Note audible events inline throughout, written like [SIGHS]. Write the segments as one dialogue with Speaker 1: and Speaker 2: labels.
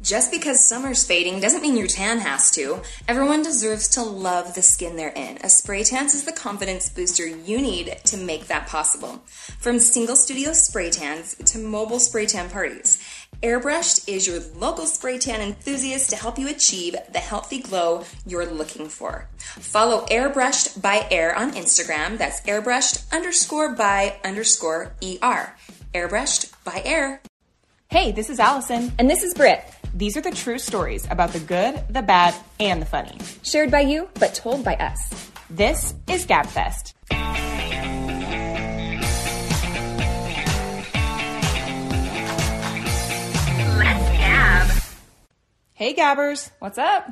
Speaker 1: Just because summer's fading doesn't mean your tan has to. Everyone deserves to love the skin they're in. A spray tan is the confidence booster you need to make that possible. From single studio spray tans to mobile spray tan parties, Airbrushed is your local spray tan enthusiast to help you achieve the healthy glow you're looking for. Follow Airbrushed by Air on Instagram. That's airbrushed underscore by underscore ER. Airbrushed by Air.
Speaker 2: Hey, this is Allison.
Speaker 3: And this is Britt,
Speaker 2: These are the true stories about the good, the bad, and the funny.
Speaker 3: shared by you, but told by us.
Speaker 2: This is GabFest. Hey, Gabbers.
Speaker 3: What's up?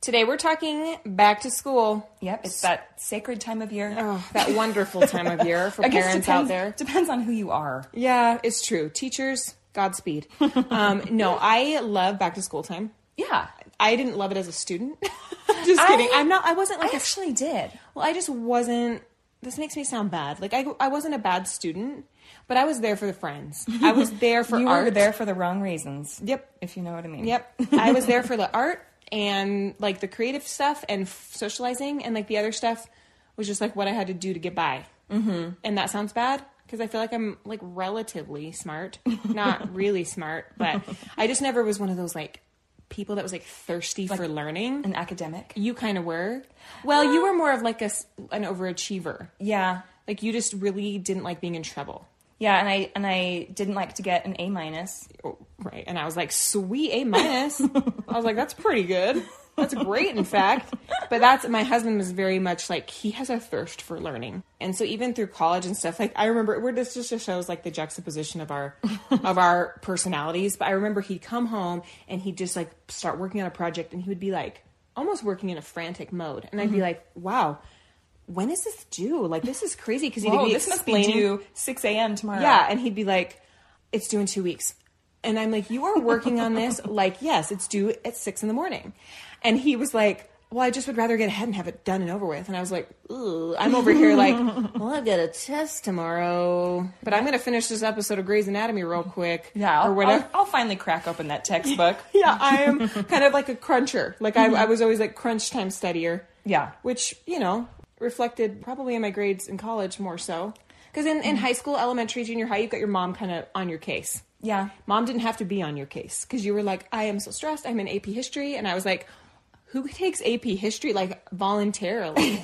Speaker 2: Today we're talking back to school.
Speaker 3: Yep, it's that sacred time of year.
Speaker 2: Oh, that wonderful time of year for
Speaker 3: [LAUGHS] I guess
Speaker 2: parents out
Speaker 3: depends,
Speaker 2: there.
Speaker 3: Depends on who you are.
Speaker 2: Yeah, it's true. Teachers, Godspeed.
Speaker 3: [LAUGHS]
Speaker 2: um, no, I love back to school time.
Speaker 3: Yeah.
Speaker 2: I didn't love it as a student. [LAUGHS] just
Speaker 3: I-
Speaker 2: kidding. I'm not. I wasn't
Speaker 3: I
Speaker 2: like a
Speaker 3: actually did.
Speaker 2: Well, I just wasn't. This makes me sound bad. Like I, I wasn't a bad student, but I was there for the friends. I
Speaker 3: [LAUGHS]
Speaker 2: was there for
Speaker 3: you
Speaker 2: art.
Speaker 3: were there for the wrong reasons.
Speaker 2: Yep.
Speaker 3: If you know what I mean.
Speaker 2: Yep. I was there for the art and like the creative stuff and f- socializing and like the other stuff was just like what I had to do to get by. Mm-hmm. And that sounds bad because I feel like I'm like relatively smart,
Speaker 3: [LAUGHS]
Speaker 2: not really smart, but I just never was one of those like people that was like thirsty for learning.
Speaker 3: An academic.
Speaker 2: You kind of were. Well, you were more of like a s- an overachiever.
Speaker 3: Yeah.
Speaker 2: Like you just really didn't like being in trouble.
Speaker 3: Yeah, and I and I didn't like to get an A minus.
Speaker 2: Oh, Right. And I was like, sweet A minus. I was like, that's pretty good. That's great, in fact. But that's my husband was very much like he has a thirst for learning, and so even through college and stuff, like I remember, we're this just shows like the juxtaposition of our of our personalities. But I remember he'd come home and he'd just like start working on a project, and he would be like almost working in a frantic mode, and I'd
Speaker 3: Mm-hmm.
Speaker 2: be like, wow. When is this due? Like this is crazy because he'd
Speaker 3: Whoa,
Speaker 2: be
Speaker 3: this must be
Speaker 2: explaining-
Speaker 3: due 6 a.m. tomorrow.
Speaker 2: yeah, and he'd be like, "It's due in two weeks," and I'm like, "You are working on [LAUGHS] this? like, yes, it's due at six in the morning," and he was like. Well, I just would rather get ahead and have it done and over with. And I was like, ooh, I'm over here like, [LAUGHS] well, I've got a test tomorrow, but I'm going to finish this episode of Grey's Anatomy real quick.
Speaker 3: Yeah, I'll,
Speaker 2: or whatever.
Speaker 3: I'll, I'll finally crack open that textbook.
Speaker 2: [LAUGHS] yeah, I am [LAUGHS] kind of like a cruncher. Like, I, I was always like crunch time studier.
Speaker 3: [LAUGHS] Yeah.
Speaker 2: Which, you know, reflected probably in my grades in college more so. Because in, in high school, elementary, junior high, you've got your mom kind of on your case.
Speaker 3: Yeah.
Speaker 2: Mom didn't have to be on your case because you were like, I am so stressed. I'm in AP history. And I was like, who takes AP history like voluntarily?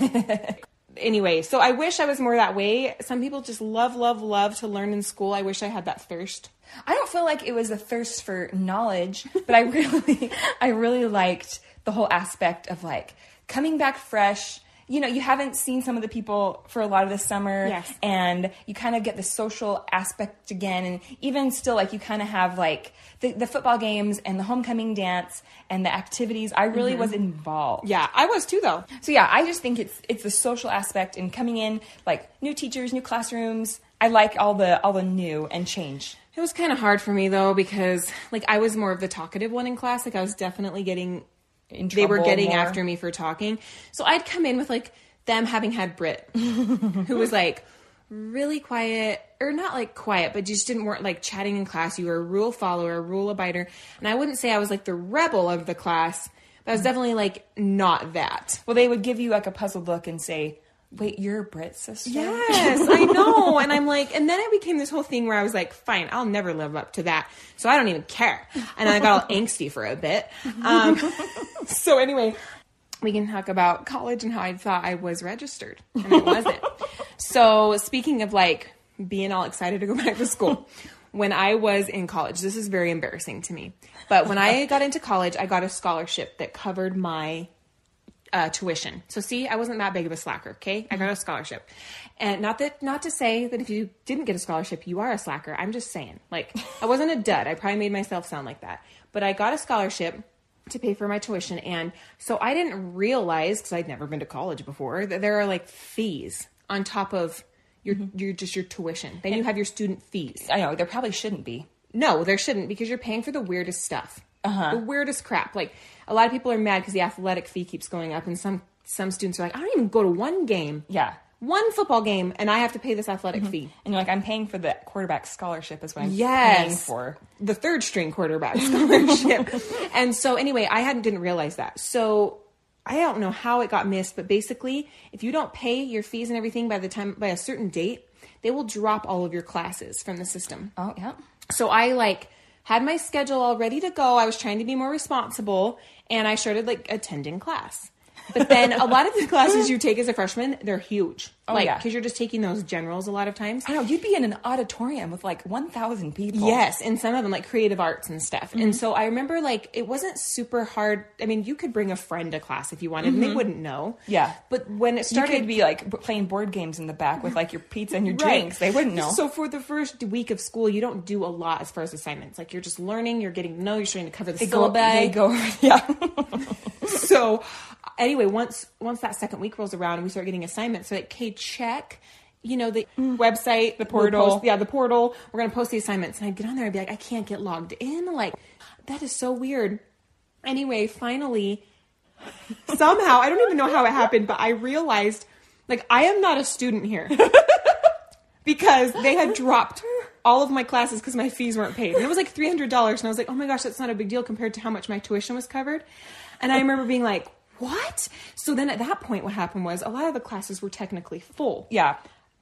Speaker 2: [LAUGHS] anyway, so I wish I was more that way. Some people just love, love, love to learn in school. I wish I had that thirst.
Speaker 3: I don't feel like it was a thirst for [LAUGHS] knowledge, but I really, I really liked the whole aspect of like coming back fresh. You know, you haven't seen some of the people for a lot of the summer,
Speaker 2: Yes.
Speaker 3: and you kind of get the social aspect again. And even still, like you kind of have like the, the football games and the homecoming dance and the activities. I really was involved.
Speaker 2: Yeah, I was too, though.
Speaker 3: So yeah, I just think it's it's the social aspect and coming in like new teachers, new classrooms. I like all the all the new and change.
Speaker 2: It was kind of hard for me though because like I was more of the talkative one in class. Like I was definitely getting
Speaker 3: In
Speaker 2: they were
Speaker 3: trouble
Speaker 2: getting
Speaker 3: more.
Speaker 2: after me for talking. So I'd come in with like them having had Brit [LAUGHS] who was like really quiet or not like quiet but just didn't weren't like chatting in class. You were a rule follower, a rule abider. And I wouldn't say I was like the rebel of the class, but I was definitely like not that.
Speaker 3: Well, they would give you like a puzzled look and say, "Wait, you're a Brit sister."
Speaker 2: Yes, I know. And I'm like, and then it became this whole thing where I was like, fine, I'll never live up to that. So I don't even care. And I got all angsty for a bit. Um, [LAUGHS] so anyway, we can talk about college and how I thought I was registered and I wasn't. so speaking of like being all excited to go back to school, when I was in college, this is very embarrassing to me. But when I got into college, I got a scholarship that covered my uh, tuition. So see, I wasn't that big of a slacker. Okay, I got a scholarship, and not that not to say that if you didn't get a scholarship, you are a slacker. I'm just saying, like I wasn't a dud. I probably made myself sound like that, but I got a scholarship to pay for my tuition, and so I didn't realize because I'd never been to college before that there are like fees on top of your your just your tuition. Then you have your student fees.
Speaker 3: I know there probably shouldn't be.
Speaker 2: No, there shouldn't because you're paying for the weirdest stuff. The weirdest crap. Like a lot of people are mad because the athletic fee keeps going up, and some some students are like, I don't even go to one game.
Speaker 3: Yeah.
Speaker 2: one football game and I have to pay this athletic fee.
Speaker 3: And you're like, I'm paying for the quarterback scholarship is what I'm paying
Speaker 2: Yes.
Speaker 3: for.
Speaker 2: the third string quarterback [LAUGHS] scholarship. and so anyway, I hadn't didn't realize that. So I don't know how it got missed, but basically, if you don't pay your fees and everything by the time by a certain date, they will drop all of your classes from the system.
Speaker 3: Oh yeah.
Speaker 2: So I like had my schedule all ready to go. I was trying to be more responsible and I started like attending class. But then a lot of the classes you take as a freshman, they're huge. like,
Speaker 3: Oh, yeah.
Speaker 2: cause you're just taking those generals a lot of times.
Speaker 3: I know you'd be in an auditorium with like 1,000 people.
Speaker 2: Yes, and some of them like creative arts and stuff.
Speaker 3: Mm-hmm.
Speaker 2: And so I remember like it wasn't super hard. I mean, you could bring a friend to class if you wanted, and they wouldn't know.
Speaker 3: Mm-hmm. Yeah.
Speaker 2: But when it
Speaker 3: You
Speaker 2: started
Speaker 3: could be like b- playing board games in the back with like your pizza and your
Speaker 2: Right.
Speaker 3: drinks. They wouldn't know.
Speaker 2: So for the first week of school, you don't do a lot as far as assignments. Like you're just learning, you're getting to know, you're trying to cover the
Speaker 3: go, they
Speaker 2: syllabi.
Speaker 3: go, yeah.
Speaker 2: [LAUGHS] so anyway, once once that second week rolls around and we start getting assignments, so like, okay, check. You know the website, the
Speaker 3: portal.
Speaker 2: yeah, the portal. We're gonna post the assignments, and I'd get on there and be like, I can't get logged in. Like, that is so weird. Anyway, finally, somehow I don't even know how it happened, but I realized, like, I am not a student here because they had dropped all of my classes because my fees weren't paid. And it was like $300. And I was like, oh my gosh, that's not a big deal compared to how much my tuition was covered. And I remember being like, what? So then at that point, what happened was a lot of the classes were technically full.
Speaker 3: Yeah.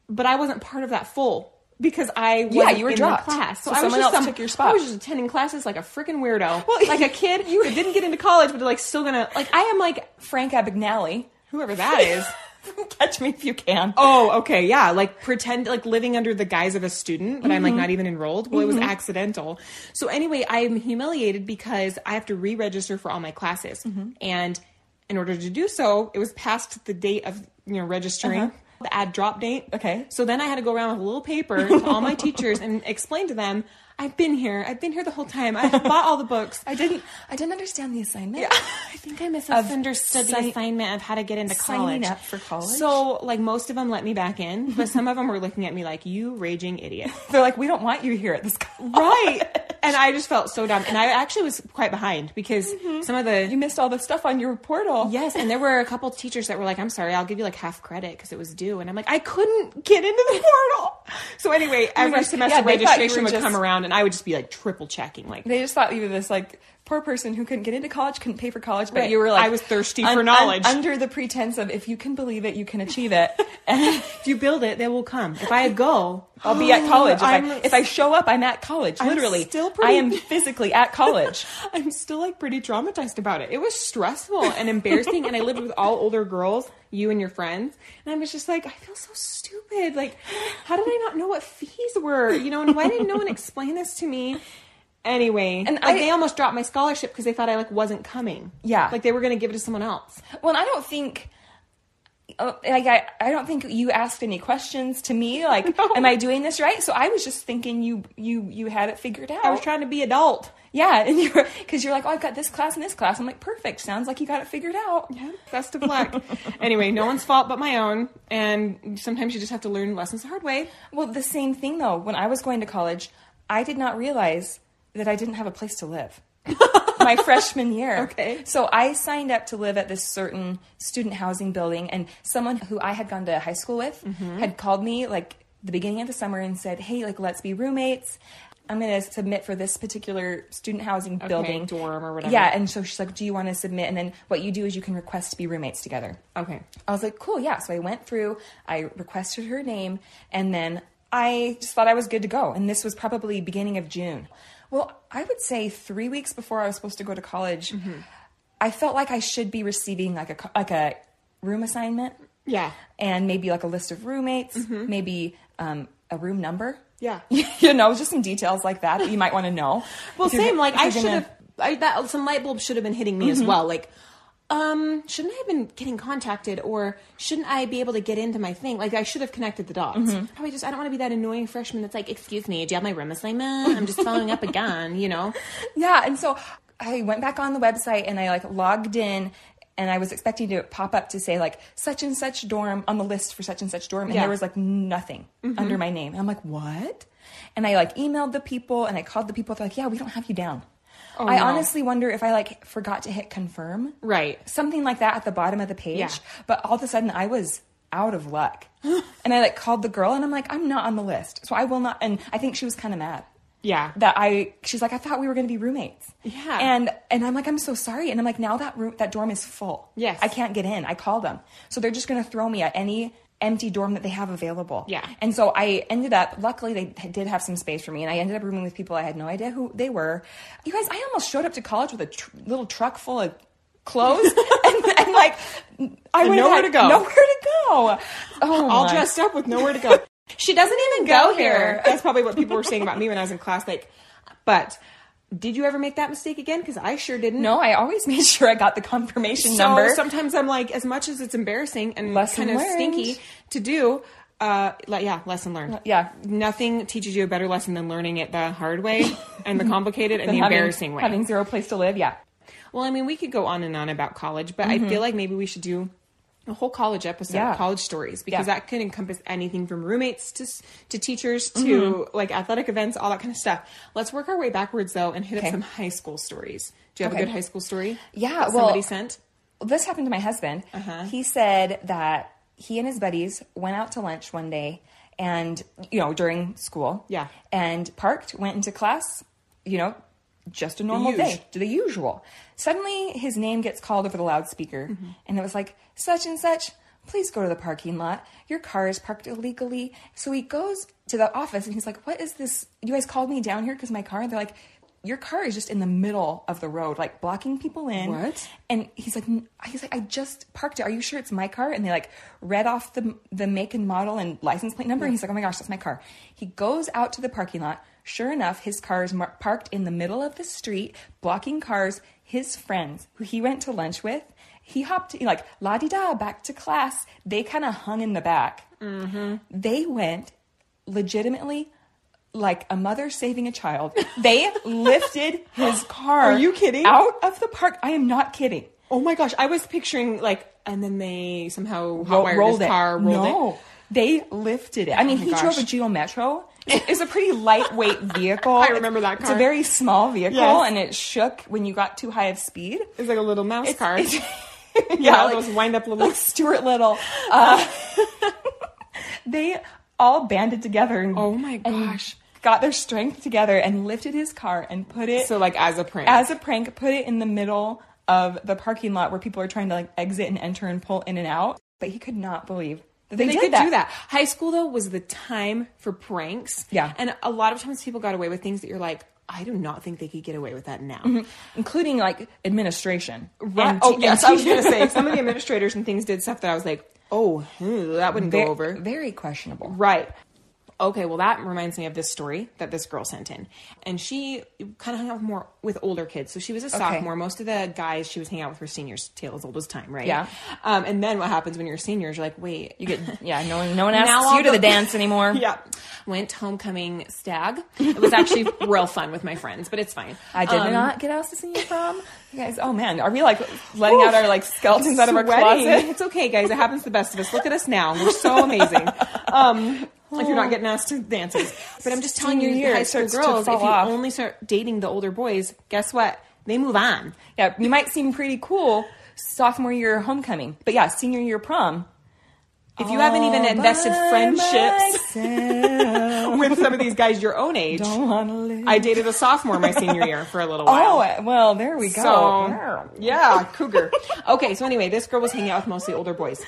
Speaker 2: But I wasn't part of that full because I wasn't
Speaker 3: Yeah, you were
Speaker 2: in
Speaker 3: dropped.
Speaker 2: the class.
Speaker 3: So
Speaker 2: I was
Speaker 3: someone
Speaker 2: just
Speaker 3: else took your spot.
Speaker 2: I was just attending classes like a freaking weirdo.
Speaker 3: Well, [LAUGHS]
Speaker 2: like a kid who didn't get into college, but like still gonna, like, I am like,
Speaker 3: Frank Abagnale.
Speaker 2: whoever that is.
Speaker 3: [LAUGHS] Catch me if you can.
Speaker 2: Oh, okay, yeah. Like pretend like living under the guise of a student, but I'm like not even enrolled. Well, it was accidental. So anyway, I'm humiliated because I have to re-register for all my classes, and in order to do so, it was past the date of you know registering. The ad drop date.
Speaker 3: Okay.
Speaker 2: So then I had to go around with a little paper to all my teachers and explain to them, I've been here. I've been here the whole time. I bought all the books.
Speaker 3: I didn't. I didn't understand the assignment.
Speaker 2: I think I misunderstood the
Speaker 3: sign-
Speaker 2: assignment of how to get into
Speaker 3: Signing
Speaker 2: college.
Speaker 3: up for college?
Speaker 2: So, like, most of them let me back in, but some of them were looking at me like, you raging idiot. [LAUGHS]
Speaker 3: They're like, we don't want you here at this. college."
Speaker 2: right. [LAUGHS] And I just felt so dumb. And I actually was quite behind because
Speaker 3: Mm-hmm.
Speaker 2: some of the.
Speaker 3: You missed all the stuff on your portal.
Speaker 2: Yes, and there were a couple teachers that were like, "I'm sorry, I'll give you like half credit because it was due," and I'm like, "I couldn't get into the [LAUGHS] portal." So anyway, every
Speaker 3: just-
Speaker 2: semester
Speaker 3: yeah, they thought you
Speaker 2: registration
Speaker 3: were
Speaker 2: would
Speaker 3: just-
Speaker 2: come around, and I would just be like triple checking, like,
Speaker 3: They just thought you were this like poor person who couldn't get into college, couldn't pay for college, but
Speaker 2: Right.
Speaker 3: you were like
Speaker 2: I was thirsty for knowledge.
Speaker 3: under the pretense of if you can believe it, you can
Speaker 2: [LAUGHS]
Speaker 3: achieve it.
Speaker 2: "If you build it, they will come. If
Speaker 3: [LAUGHS]
Speaker 2: I go,
Speaker 3: I'll be at college if I,
Speaker 2: I'm-
Speaker 3: if I show up. I'm at college. Literally,
Speaker 2: still
Speaker 3: I
Speaker 2: pretty- [LAUGHS]
Speaker 3: am physically at college.
Speaker 2: I'm still like pretty traumatized about it. It was stressful and embarrassing, and I lived with all older girls, you and your friends, and I was just like, I feel so stupid. Like, how did I not know what fees were? You know, and why didn't no one explain this to me? Anyway,
Speaker 3: And
Speaker 2: and like
Speaker 3: I-
Speaker 2: they almost dropped my scholarship because they thought I like wasn't coming.
Speaker 3: Yeah.
Speaker 2: like they were going to give it to someone else.
Speaker 3: well, and I don't think. uh, Like I, I don't think you asked any questions to me. Like,
Speaker 2: [LAUGHS] No.
Speaker 3: am I doing this right? So I was just thinking you, you, you had it figured out.
Speaker 2: I was trying to be adult.
Speaker 3: yeah, and you were because you're like, oh, I've got this class and this class. I'm like, perfect. Sounds like you got it figured out.
Speaker 2: Yeah, best of luck. anyway, no one's fault but my own, and sometimes you just have to learn lessons the hard way.
Speaker 3: Well, the same thing though. When I was going to college, I did not realize that I didn't have a place
Speaker 2: [LAUGHS]
Speaker 3: to live. my freshman year.
Speaker 2: Okay.
Speaker 3: So I signed up to live at this certain student housing building, and someone who I had gone to high school with
Speaker 2: Mm-hmm.
Speaker 3: had called me like the beginning of the summer and said, "Hey, like let's be roommates. I'm going to submit for this particular student housing building
Speaker 2: dorm or whatever.
Speaker 3: Yeah, and so she's like, "Do you want to submit?" And then what you do is you can request to be roommates together.
Speaker 2: Okay,
Speaker 3: I was like, cool, yeah. So I went through, I requested her name, and then I just thought I was good to go. And this was probably beginning of June. Well, I would say three weeks before I was supposed to go to college, I felt like I should be receiving like a co- like a room assignment,
Speaker 2: yeah,
Speaker 3: and maybe like a list of roommates, maybe um, a room number.
Speaker 2: yeah.
Speaker 3: [LAUGHS] you know, just some details like that that you might want to know.
Speaker 2: Well,
Speaker 3: If you're-
Speaker 2: same. Like
Speaker 3: if
Speaker 2: I
Speaker 3: you're
Speaker 2: should
Speaker 3: gonna-
Speaker 2: have. I, that some light bulb should have been hitting me as well. Like, um, shouldn't I have been getting contacted, or shouldn't I be able to get into my thing? Like, I should have connected the dots. How I just I don't want to be that annoying freshman that's like, "Excuse me, do you have my room assignment? I'm just following up again." You know,
Speaker 3: Yeah, and so I went back on the website and I like logged in and I was expecting to pop up to say like such and such dorm on the list for such and such dorm and
Speaker 2: Yeah. Mm-hmm.
Speaker 3: there was like nothing under my name. And I'm like, "What?" And I like emailed the people and I called the people they're like, "Yeah, we don't have you down." I
Speaker 2: Oh, no.
Speaker 3: honestly wonder if I like forgot to hit confirm.
Speaker 2: [LAUGHS] right?
Speaker 3: Something like that at the bottom of the page,
Speaker 2: Yeah.
Speaker 3: but all of a sudden I was out
Speaker 2: [GASPS]
Speaker 3: of luck. and I like called the girl and I'm like, I'm not on the list. So I will not. And I think she was kind of mad
Speaker 2: Yeah.
Speaker 3: that I, she's like, I thought we were going to be roommates.
Speaker 2: Yeah.
Speaker 3: And, and I'm like, I'm so sorry. And I'm like, now that room, that dorm is full.
Speaker 2: Yes.
Speaker 3: I can't get in. I call them. So they're just going to throw me at any empty dorm that they have available.
Speaker 2: Yeah.
Speaker 3: And so I ended up, luckily they did have some space for me and I ended up rooming with people I had no idea who they were. You guys, I almost showed up to college with a tr- little truck full of
Speaker 2: [LAUGHS]
Speaker 3: clothes and, and like, I
Speaker 2: And
Speaker 3: would
Speaker 2: nowhere
Speaker 3: had
Speaker 2: to go.
Speaker 3: Nowhere to go. Oh,
Speaker 2: all
Speaker 3: my.
Speaker 2: dressed up with nowhere to [LAUGHS] go. she doesn't even go,
Speaker 3: Go
Speaker 2: here.
Speaker 3: here.
Speaker 2: [LAUGHS] That's probably what people were saying about me when I was in class. Like, but did you ever make that mistake again? Because I sure didn't.
Speaker 3: No, I always [LAUGHS] made sure I got the confirmation
Speaker 2: So
Speaker 3: number.
Speaker 2: sometimes I'm like, as much as it's embarrassing and
Speaker 3: Lesson
Speaker 2: kind of
Speaker 3: learned.
Speaker 2: stinky to do, uh, like, yeah, lesson learned.
Speaker 3: yeah.
Speaker 2: nothing teaches you a better lesson than learning it the hard way and
Speaker 3: [LAUGHS]
Speaker 2: the complicated and the
Speaker 3: having-
Speaker 2: embarrassing way.
Speaker 3: Having zero place to live, yeah.
Speaker 2: Well, I mean, we could go on and on about college, but I feel like maybe we should do a whole college episode,
Speaker 3: Mm-hmm. Yeah.
Speaker 2: college stories, because
Speaker 3: Yeah.
Speaker 2: that could encompass anything from roommates to s- to teachers to
Speaker 3: Mm-hmm.
Speaker 2: like athletic events, all that kind of stuff. Let's work our way backwards though and hit
Speaker 3: Okay.
Speaker 2: up some high school stories. Do you have
Speaker 3: Okay.
Speaker 2: a good high school story?
Speaker 3: Yeah,
Speaker 2: that
Speaker 3: well-
Speaker 2: somebody sent.
Speaker 3: This happened to my husband.
Speaker 2: Uh-huh.
Speaker 3: He said that he and his buddies went out to lunch one day and, you know, during school.
Speaker 2: Yeah.
Speaker 3: And parked, went into class, you know, just a normal
Speaker 2: usual.
Speaker 3: day, to the usual. Suddenly his name gets called over the loudspeaker and it was like, such and such, please go to the parking lot. Your car is parked illegally. So he goes to the office and he's like, what is this? You guys called me down here because my car? And they're like, your car is just in the middle of the road, like blocking people in.
Speaker 2: What?
Speaker 3: And he's like, "N- he's like, I just parked it. Are you sure it's my car? And they like read off the the make and model and license plate number. And he's like, oh my gosh, that's my car. He goes out to the parking lot. Sure enough, his car is mar- parked in the middle of the street, blocking cars. His friends, who he went to lunch with, he hopped like la di da back to class. They kind of hung in the back.
Speaker 2: Mm-hmm.
Speaker 3: They went legitimately. Like a mother saving a child, they [LAUGHS] lifted his car.
Speaker 2: Are you kidding?
Speaker 3: Out of the park. I am not kidding.
Speaker 2: Oh my gosh, I was picturing like, and then they somehow hotwired
Speaker 3: rolled
Speaker 2: his
Speaker 3: it.
Speaker 2: car, rolled
Speaker 3: no.
Speaker 2: it. Oh
Speaker 3: They lifted it. I mean,
Speaker 2: my
Speaker 3: he
Speaker 2: gosh.
Speaker 3: drove a Geo Metro. It- It's a pretty
Speaker 2: [LAUGHS]
Speaker 3: lightweight vehicle.
Speaker 2: I remember that
Speaker 3: It's
Speaker 2: car.
Speaker 3: a very small vehicle,
Speaker 2: Yes.
Speaker 3: and it shook when you got too high of speed.
Speaker 2: It's like a little mouse car.
Speaker 3: It's- [LAUGHS]
Speaker 2: [LAUGHS] yeah,
Speaker 3: like-
Speaker 2: those wind up
Speaker 3: [LAUGHS]
Speaker 2: little.
Speaker 3: like
Speaker 2: [LAUGHS]
Speaker 3: Stuart Little. Uh, [LAUGHS] they all banded together. And,
Speaker 2: Oh my
Speaker 3: and
Speaker 2: gosh.
Speaker 3: got their strength together and lifted his car and put it
Speaker 2: So like as a prank,
Speaker 3: as a prank, put it in the middle of the parking lot where people are trying to like exit and enter and pull in and out. But he could not believe that they,
Speaker 2: they
Speaker 3: did
Speaker 2: could
Speaker 3: that.
Speaker 2: do that. High school though was the time for pranks.
Speaker 3: Yeah.
Speaker 2: and a lot of times people got away with things that you're like, I do not think they could get away with that now.
Speaker 3: including like administration.
Speaker 2: Right?
Speaker 3: Mm-hmm. And
Speaker 2: oh
Speaker 3: te-
Speaker 2: yes,
Speaker 3: and
Speaker 2: I was
Speaker 3: teachers.
Speaker 2: gonna say some of the administrators and things did stuff that I was like, oh, hmm, that wouldn't
Speaker 3: Ve-
Speaker 2: go over.
Speaker 3: [LAUGHS] Very questionable.
Speaker 2: Right. Okay, well that reminds me of this story that this girl sent in. And she kind of hung out with more with older kids. So she was a sophomore. Most of the guys she was hanging out with were seniors, tail as old as time, right?
Speaker 3: Yeah.
Speaker 2: Um, and then what happens when you're seniors, you're like, wait,
Speaker 3: You get yeah. No one, no one
Speaker 2: Now
Speaker 3: asks
Speaker 2: I'll
Speaker 3: you to
Speaker 2: go-
Speaker 3: the dance anymore.
Speaker 2: [LAUGHS] yeah. Went homecoming stag. It was
Speaker 3: [LAUGHS]
Speaker 2: actually real fun with my friends, but it's fine.
Speaker 3: I did
Speaker 2: Um,
Speaker 3: not get asked to senior prom. You guys, oh man, are we like letting out our like [LAUGHS] skeletons out of our
Speaker 2: Sweating.
Speaker 3: closet? [LAUGHS]
Speaker 2: It's okay, guys. It happens to the best of us. Look at us now. We're so amazing. Um, if you're not getting asked to dances, but I'm just telling you,
Speaker 3: Senior year,
Speaker 2: high
Speaker 3: it
Speaker 2: school
Speaker 3: starts to
Speaker 2: girls, if
Speaker 3: fall
Speaker 2: you
Speaker 3: off.
Speaker 2: only start dating the older boys, guess what? They move on.
Speaker 3: Yeah, you might seem pretty cool sophomore year homecoming, but yeah, senior year prom.
Speaker 2: If you haven't
Speaker 3: Oh,
Speaker 2: even invested friendships [LAUGHS]
Speaker 3: [LAUGHS]
Speaker 2: with some of these guys your own age, I dated a sophomore my senior year for a little while.
Speaker 3: [LAUGHS] Oh well, there we go.
Speaker 2: So yeah, cougar. okay, so anyway, this girl was hanging out with mostly older boys.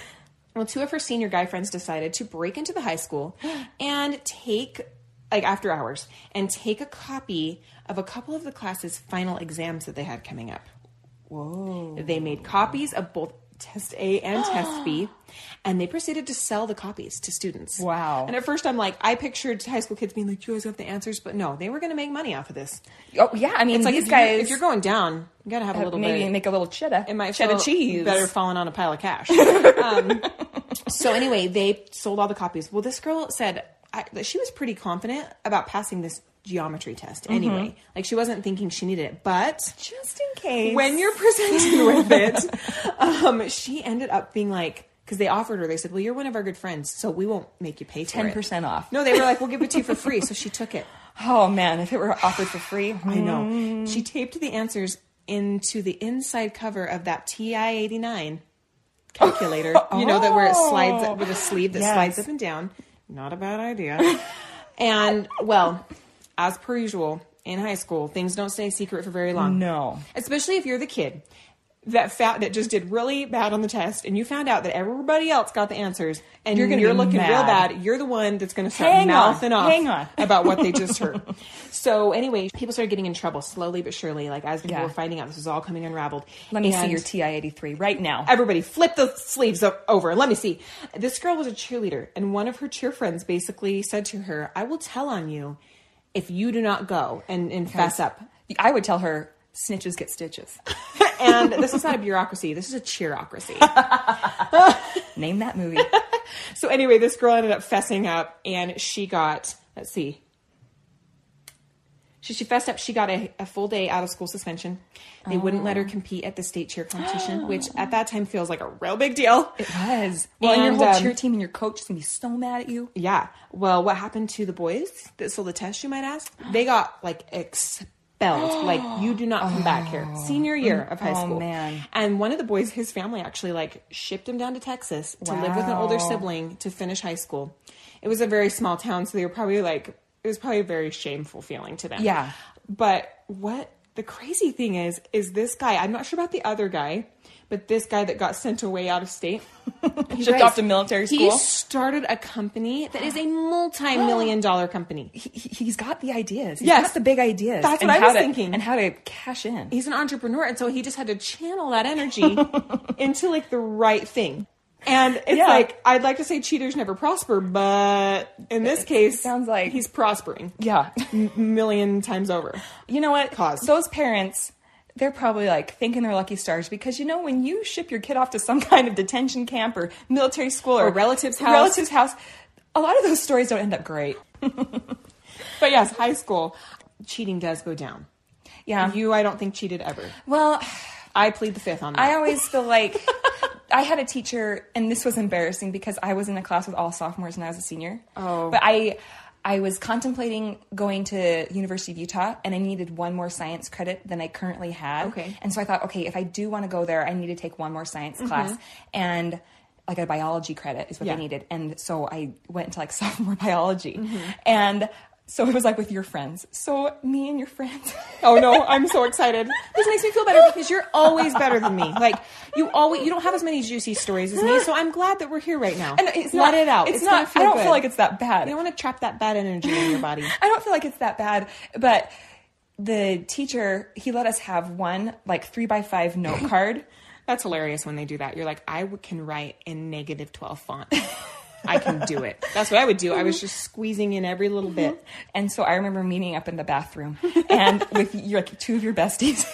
Speaker 2: Well, two of her senior guy friends decided to break into the high
Speaker 3: [GASPS]
Speaker 2: school and take like after hours and take a copy of a couple of the classes' final exams that they had coming up. Whoa. They made copies of both test A and test
Speaker 3: [GASPS]
Speaker 2: B and they proceeded to sell the copies to students.
Speaker 3: Wow.
Speaker 2: And at first I'm like I pictured high school kids being like, "Do you guys have the answers?" but no, they were going to make money off of this.
Speaker 3: Oh yeah, I mean
Speaker 2: It's like
Speaker 3: these
Speaker 2: if you're-
Speaker 3: guys.
Speaker 2: if you're going down, you gotta have a little
Speaker 3: maybe
Speaker 2: bit.
Speaker 3: make a little cheddar.
Speaker 2: it might
Speaker 3: cheddar
Speaker 2: feel
Speaker 3: cheese.
Speaker 2: better falling on a pile of
Speaker 3: [LAUGHS]
Speaker 2: cash. um, so anyway, they sold all the copies. Well, this girl said I, that she was pretty confident about passing this geometry
Speaker 3: Mm-hmm.
Speaker 2: test. Anyway, like she wasn't thinking she needed it, but
Speaker 3: Just in case.
Speaker 2: when you're presented
Speaker 3: [LAUGHS]
Speaker 2: with it, um, she ended up being like, because they offered her, they said, "Well, you're one of our good friends, so we won't make you pay for it."
Speaker 3: 10% off.
Speaker 2: No, they were like, "We'll give it to you for free," so she took it.
Speaker 3: Oh man, if it were offered for free, Hmm.
Speaker 2: I know. She taped the answers into the inside cover of that TI 89
Speaker 3: [LAUGHS]
Speaker 2: calculator. You know that where it slides
Speaker 3: Oh.
Speaker 2: with a sleeve that
Speaker 3: Yes.
Speaker 2: slides up and down. Not a bad idea. and well, as per usual in high school, things don't stay secret for very long.
Speaker 3: No.
Speaker 2: especially if you're the kid that found that just did really bad on the test, and you found out that everybody else got the answers, and
Speaker 3: You're
Speaker 2: you're,
Speaker 3: gonna be
Speaker 2: looking real
Speaker 3: mad.
Speaker 2: bad. You're the one that's going to start
Speaker 3: Hang on,
Speaker 2: mouthing off
Speaker 3: hang on.
Speaker 2: [LAUGHS] about what they
Speaker 3: [LAUGHS]
Speaker 2: just heard. so anyway, people started getting in trouble slowly but surely. Like as people
Speaker 3: Yeah.
Speaker 2: were finding out, this was all coming unraveled.
Speaker 3: Let me see
Speaker 2: And
Speaker 3: your TI 83 right now.
Speaker 2: Everybody flip the sleeves o- over. Let me see. This girl was a cheerleader, and one of her cheer friends basically said to her, "I will tell on you if you do not go and, and fess up."
Speaker 3: I would tell her snitches
Speaker 2: [LAUGHS]
Speaker 3: get stitches.
Speaker 2: And this is not a bureaucracy. This is a cheerocracy.
Speaker 3: Name that movie.
Speaker 2: So anyway, this girl ended up fessing up, and she got let's see. She, she fessed up. She got a, a full day out of school suspension. They wouldn't let her compete at the state cheer competition, which at that time feels like a real big deal.
Speaker 3: It was. Well, and,
Speaker 2: And,
Speaker 3: your whole
Speaker 2: um,
Speaker 3: cheer team and your coach is going to be so mad at you.
Speaker 2: Yeah. Well, what happened to the boys that sold the test? You might ask. They got like expelled.
Speaker 3: [GASPS]
Speaker 2: like you do not come back here. Senior year of high
Speaker 3: Oh,
Speaker 2: school.
Speaker 3: man.
Speaker 2: And one of the boys, his family actually like shipped him down to Texas to live with an older
Speaker 3: Wow.
Speaker 2: sibling to finish high school. It was a very small town, so they were probably like it was probably a very shameful feeling to them.
Speaker 3: Yeah.
Speaker 2: But what the crazy thing is, is this guy, I'm not sure about the other guy, but this guy that got sent away out of state. you
Speaker 3: Shipped
Speaker 2: guys,
Speaker 3: off to military
Speaker 2: he
Speaker 3: school?
Speaker 2: started a company that is a multi-million dollar company.
Speaker 3: He, he- he's got the ideas. He's
Speaker 2: Yes.
Speaker 3: got the big ideas.
Speaker 2: That's
Speaker 3: and
Speaker 2: what I
Speaker 3: how
Speaker 2: was
Speaker 3: to-
Speaker 2: thinking.
Speaker 3: And how to cash in.
Speaker 2: He's an entrepreneur, and so he just had to channel that
Speaker 3: [LAUGHS]
Speaker 2: energy into like the right thing. And it's
Speaker 3: Yeah.
Speaker 2: like I'd like to say cheaters never prosper, but in this case,
Speaker 3: sounds like-
Speaker 2: he's prospering
Speaker 3: yeah.
Speaker 2: m- million times over.
Speaker 3: You know what?
Speaker 2: Cause.
Speaker 3: Those parents, they're probably like thinking they're lucky stars because you know when you ship your kid off to some [LAUGHS] kind of detention camp or military school or,
Speaker 2: Or relative's house.
Speaker 3: relative's house, a lot of those stories don't end up great.
Speaker 2: But yes, high school cheating does go down.
Speaker 3: Yeah.
Speaker 2: You, I don't think cheated ever.
Speaker 3: well,
Speaker 2: I plead the fifth on that.
Speaker 3: I always feel like I had a teacher, and this was embarrassing because I was in a class with all sophomores and I was a senior.
Speaker 2: Oh.
Speaker 3: but I. I was contemplating going to University of Utah and I needed one more science credit than I currently had.
Speaker 2: Okay. Mm-hmm.
Speaker 3: And so I thought, okay, if I do want to go there, I need to take one more science class and like a biology credit is what
Speaker 2: Yeah. Mm-hmm.
Speaker 3: they needed. And so I went to like [LAUGHS] sophomore biology. And so it was like with your friends. So me and your friends. [LAUGHS]
Speaker 2: Oh no, I'm so excited. This makes me feel better because you're always better than me. Like you always you don't have as many juicy stories as me, so I'm glad that we're here right now.
Speaker 3: And it's
Speaker 2: Let
Speaker 3: not-
Speaker 2: it out.
Speaker 3: It's,
Speaker 2: gonna
Speaker 3: not. I don't
Speaker 2: good.
Speaker 3: feel like it's that bad.
Speaker 2: You don't want to trap that bad energy in your body.
Speaker 3: I don't feel like it's that bad, but the teacher he let us have one like three by
Speaker 2: [LAUGHS]
Speaker 3: five note card.
Speaker 2: That's hilarious when they do that. You're like, I w- can write in negative 12 font. I can do it. That's what I would do. I was just squeezing in every little bit.
Speaker 3: And so I remember meeting up in the bathroom and
Speaker 2: [LAUGHS]
Speaker 3: with your, like two of your besties.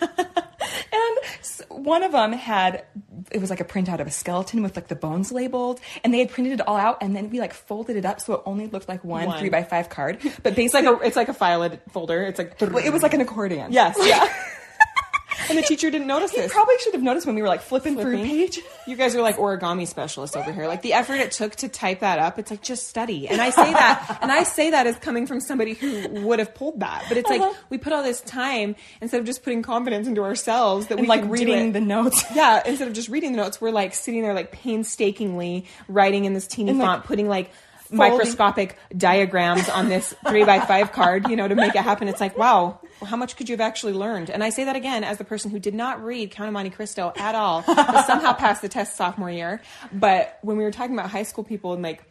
Speaker 3: [LAUGHS] and s one of them had it was like a printout of a skeleton with like the bones labeled, and they had printed it all out, and then we like folded it up so it only looked like one,
Speaker 2: One.
Speaker 3: three by
Speaker 2: [LAUGHS]
Speaker 3: five card. But
Speaker 2: It's like
Speaker 3: basically,
Speaker 2: a it's like a file ed- folder. It's like
Speaker 3: it was like an accordion.
Speaker 2: yes, yeah. [LAUGHS] and the teacher didn't notice
Speaker 3: You
Speaker 2: this.
Speaker 3: probably should have noticed when we were like flipping, through
Speaker 2: flipping.
Speaker 3: [LAUGHS] pages.
Speaker 2: You guys are like origami specialists over here. Like the effort it took to type that up, it's like just study. And I say
Speaker 3: [LAUGHS]
Speaker 2: that, and I say that as coming from somebody who would have pulled that. But it's
Speaker 3: Uh-huh.
Speaker 2: like we put all this time instead of just putting confidence into ourselves that we
Speaker 3: and like
Speaker 2: could do
Speaker 3: reading
Speaker 2: it.
Speaker 3: the notes.
Speaker 2: [LAUGHS] Yeah, instead of just reading the notes, we're like sitting there like painstakingly writing in this teeny
Speaker 3: like,
Speaker 2: font, putting like
Speaker 3: folding-
Speaker 2: microscopic diagrams on this three by five card, you know, to make it happen. It's like, wow, how much could you have actually learned? And I say that again as the person who did not read Count of Monte Cristo at all, but somehow passed the test sophomore year. But when we were talking about high school people and like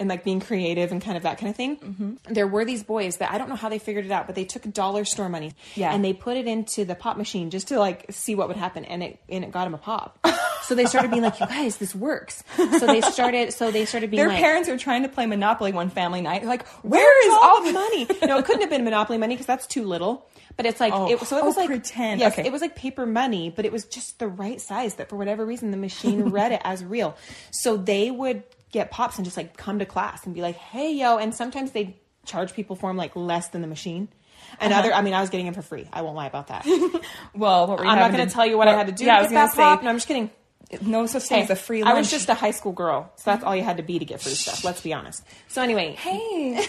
Speaker 2: and like being creative and kind of that kind of thing.
Speaker 3: Mm-hmm.
Speaker 2: There were these boys that I don't know how they figured it out, but they took dollar store money
Speaker 3: Yeah.
Speaker 2: and they put it into the pop machine just to like see what would happen, and it and it got them a
Speaker 3: [LAUGHS]
Speaker 2: pop. so they started being like, "You guys, this works." So they started. So they started being
Speaker 3: Their
Speaker 2: like,
Speaker 3: parents are trying to play Monopoly one family night. They're like,
Speaker 2: where is all the
Speaker 3: the
Speaker 2: money? No, it couldn't have been Monopoly money because that's too little. But it's like
Speaker 3: Oh.
Speaker 2: it, so it
Speaker 3: Oh,
Speaker 2: was like
Speaker 3: pretend.
Speaker 2: Yes,
Speaker 3: Okay.
Speaker 2: it was like paper money, but it was just the right size that for whatever reason the
Speaker 3: [LAUGHS]
Speaker 2: machine read it as real. So they would get pops and just like come to class and be like, "Hey, yo!" And sometimes they charge people for them like less than the machine. And
Speaker 3: Uh-huh.
Speaker 2: other, I mean, I was
Speaker 3: [LAUGHS]
Speaker 2: getting them for free. I won't lie about that.
Speaker 3: Well, what were you
Speaker 2: I'm not
Speaker 3: having
Speaker 2: going to tell you what I had to do.
Speaker 3: Yeah,
Speaker 2: to
Speaker 3: I was
Speaker 2: get
Speaker 3: gonna
Speaker 2: that pop.
Speaker 3: say,
Speaker 2: No, I'm just kidding.
Speaker 3: No such thing as a free lunch.
Speaker 2: I was just a high school girl, so that's all you had to be to get free stuff. Let's be honest. So anyway,
Speaker 3: Hey,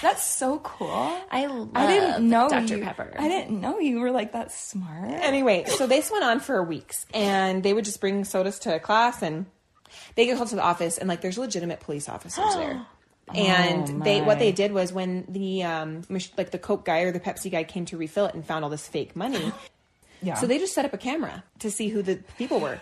Speaker 3: that's so cool.
Speaker 4: I love
Speaker 3: I didn't know
Speaker 4: Dr.
Speaker 3: you-
Speaker 4: Pepper.
Speaker 3: I didn't know you were like that smart.
Speaker 2: anyway, so this went on for weeks, and they would just bring sodas to class, and they get called to the office, and like there's legitimate police officers
Speaker 3: [GASPS]
Speaker 2: there.
Speaker 3: Oh,
Speaker 2: And they what they did was when the um mach- like the Coke guy or the Pepsi guy came to refill it and found all this fake money,
Speaker 3: [GASPS] Yeah.
Speaker 2: so they just set up a camera to see who the people were.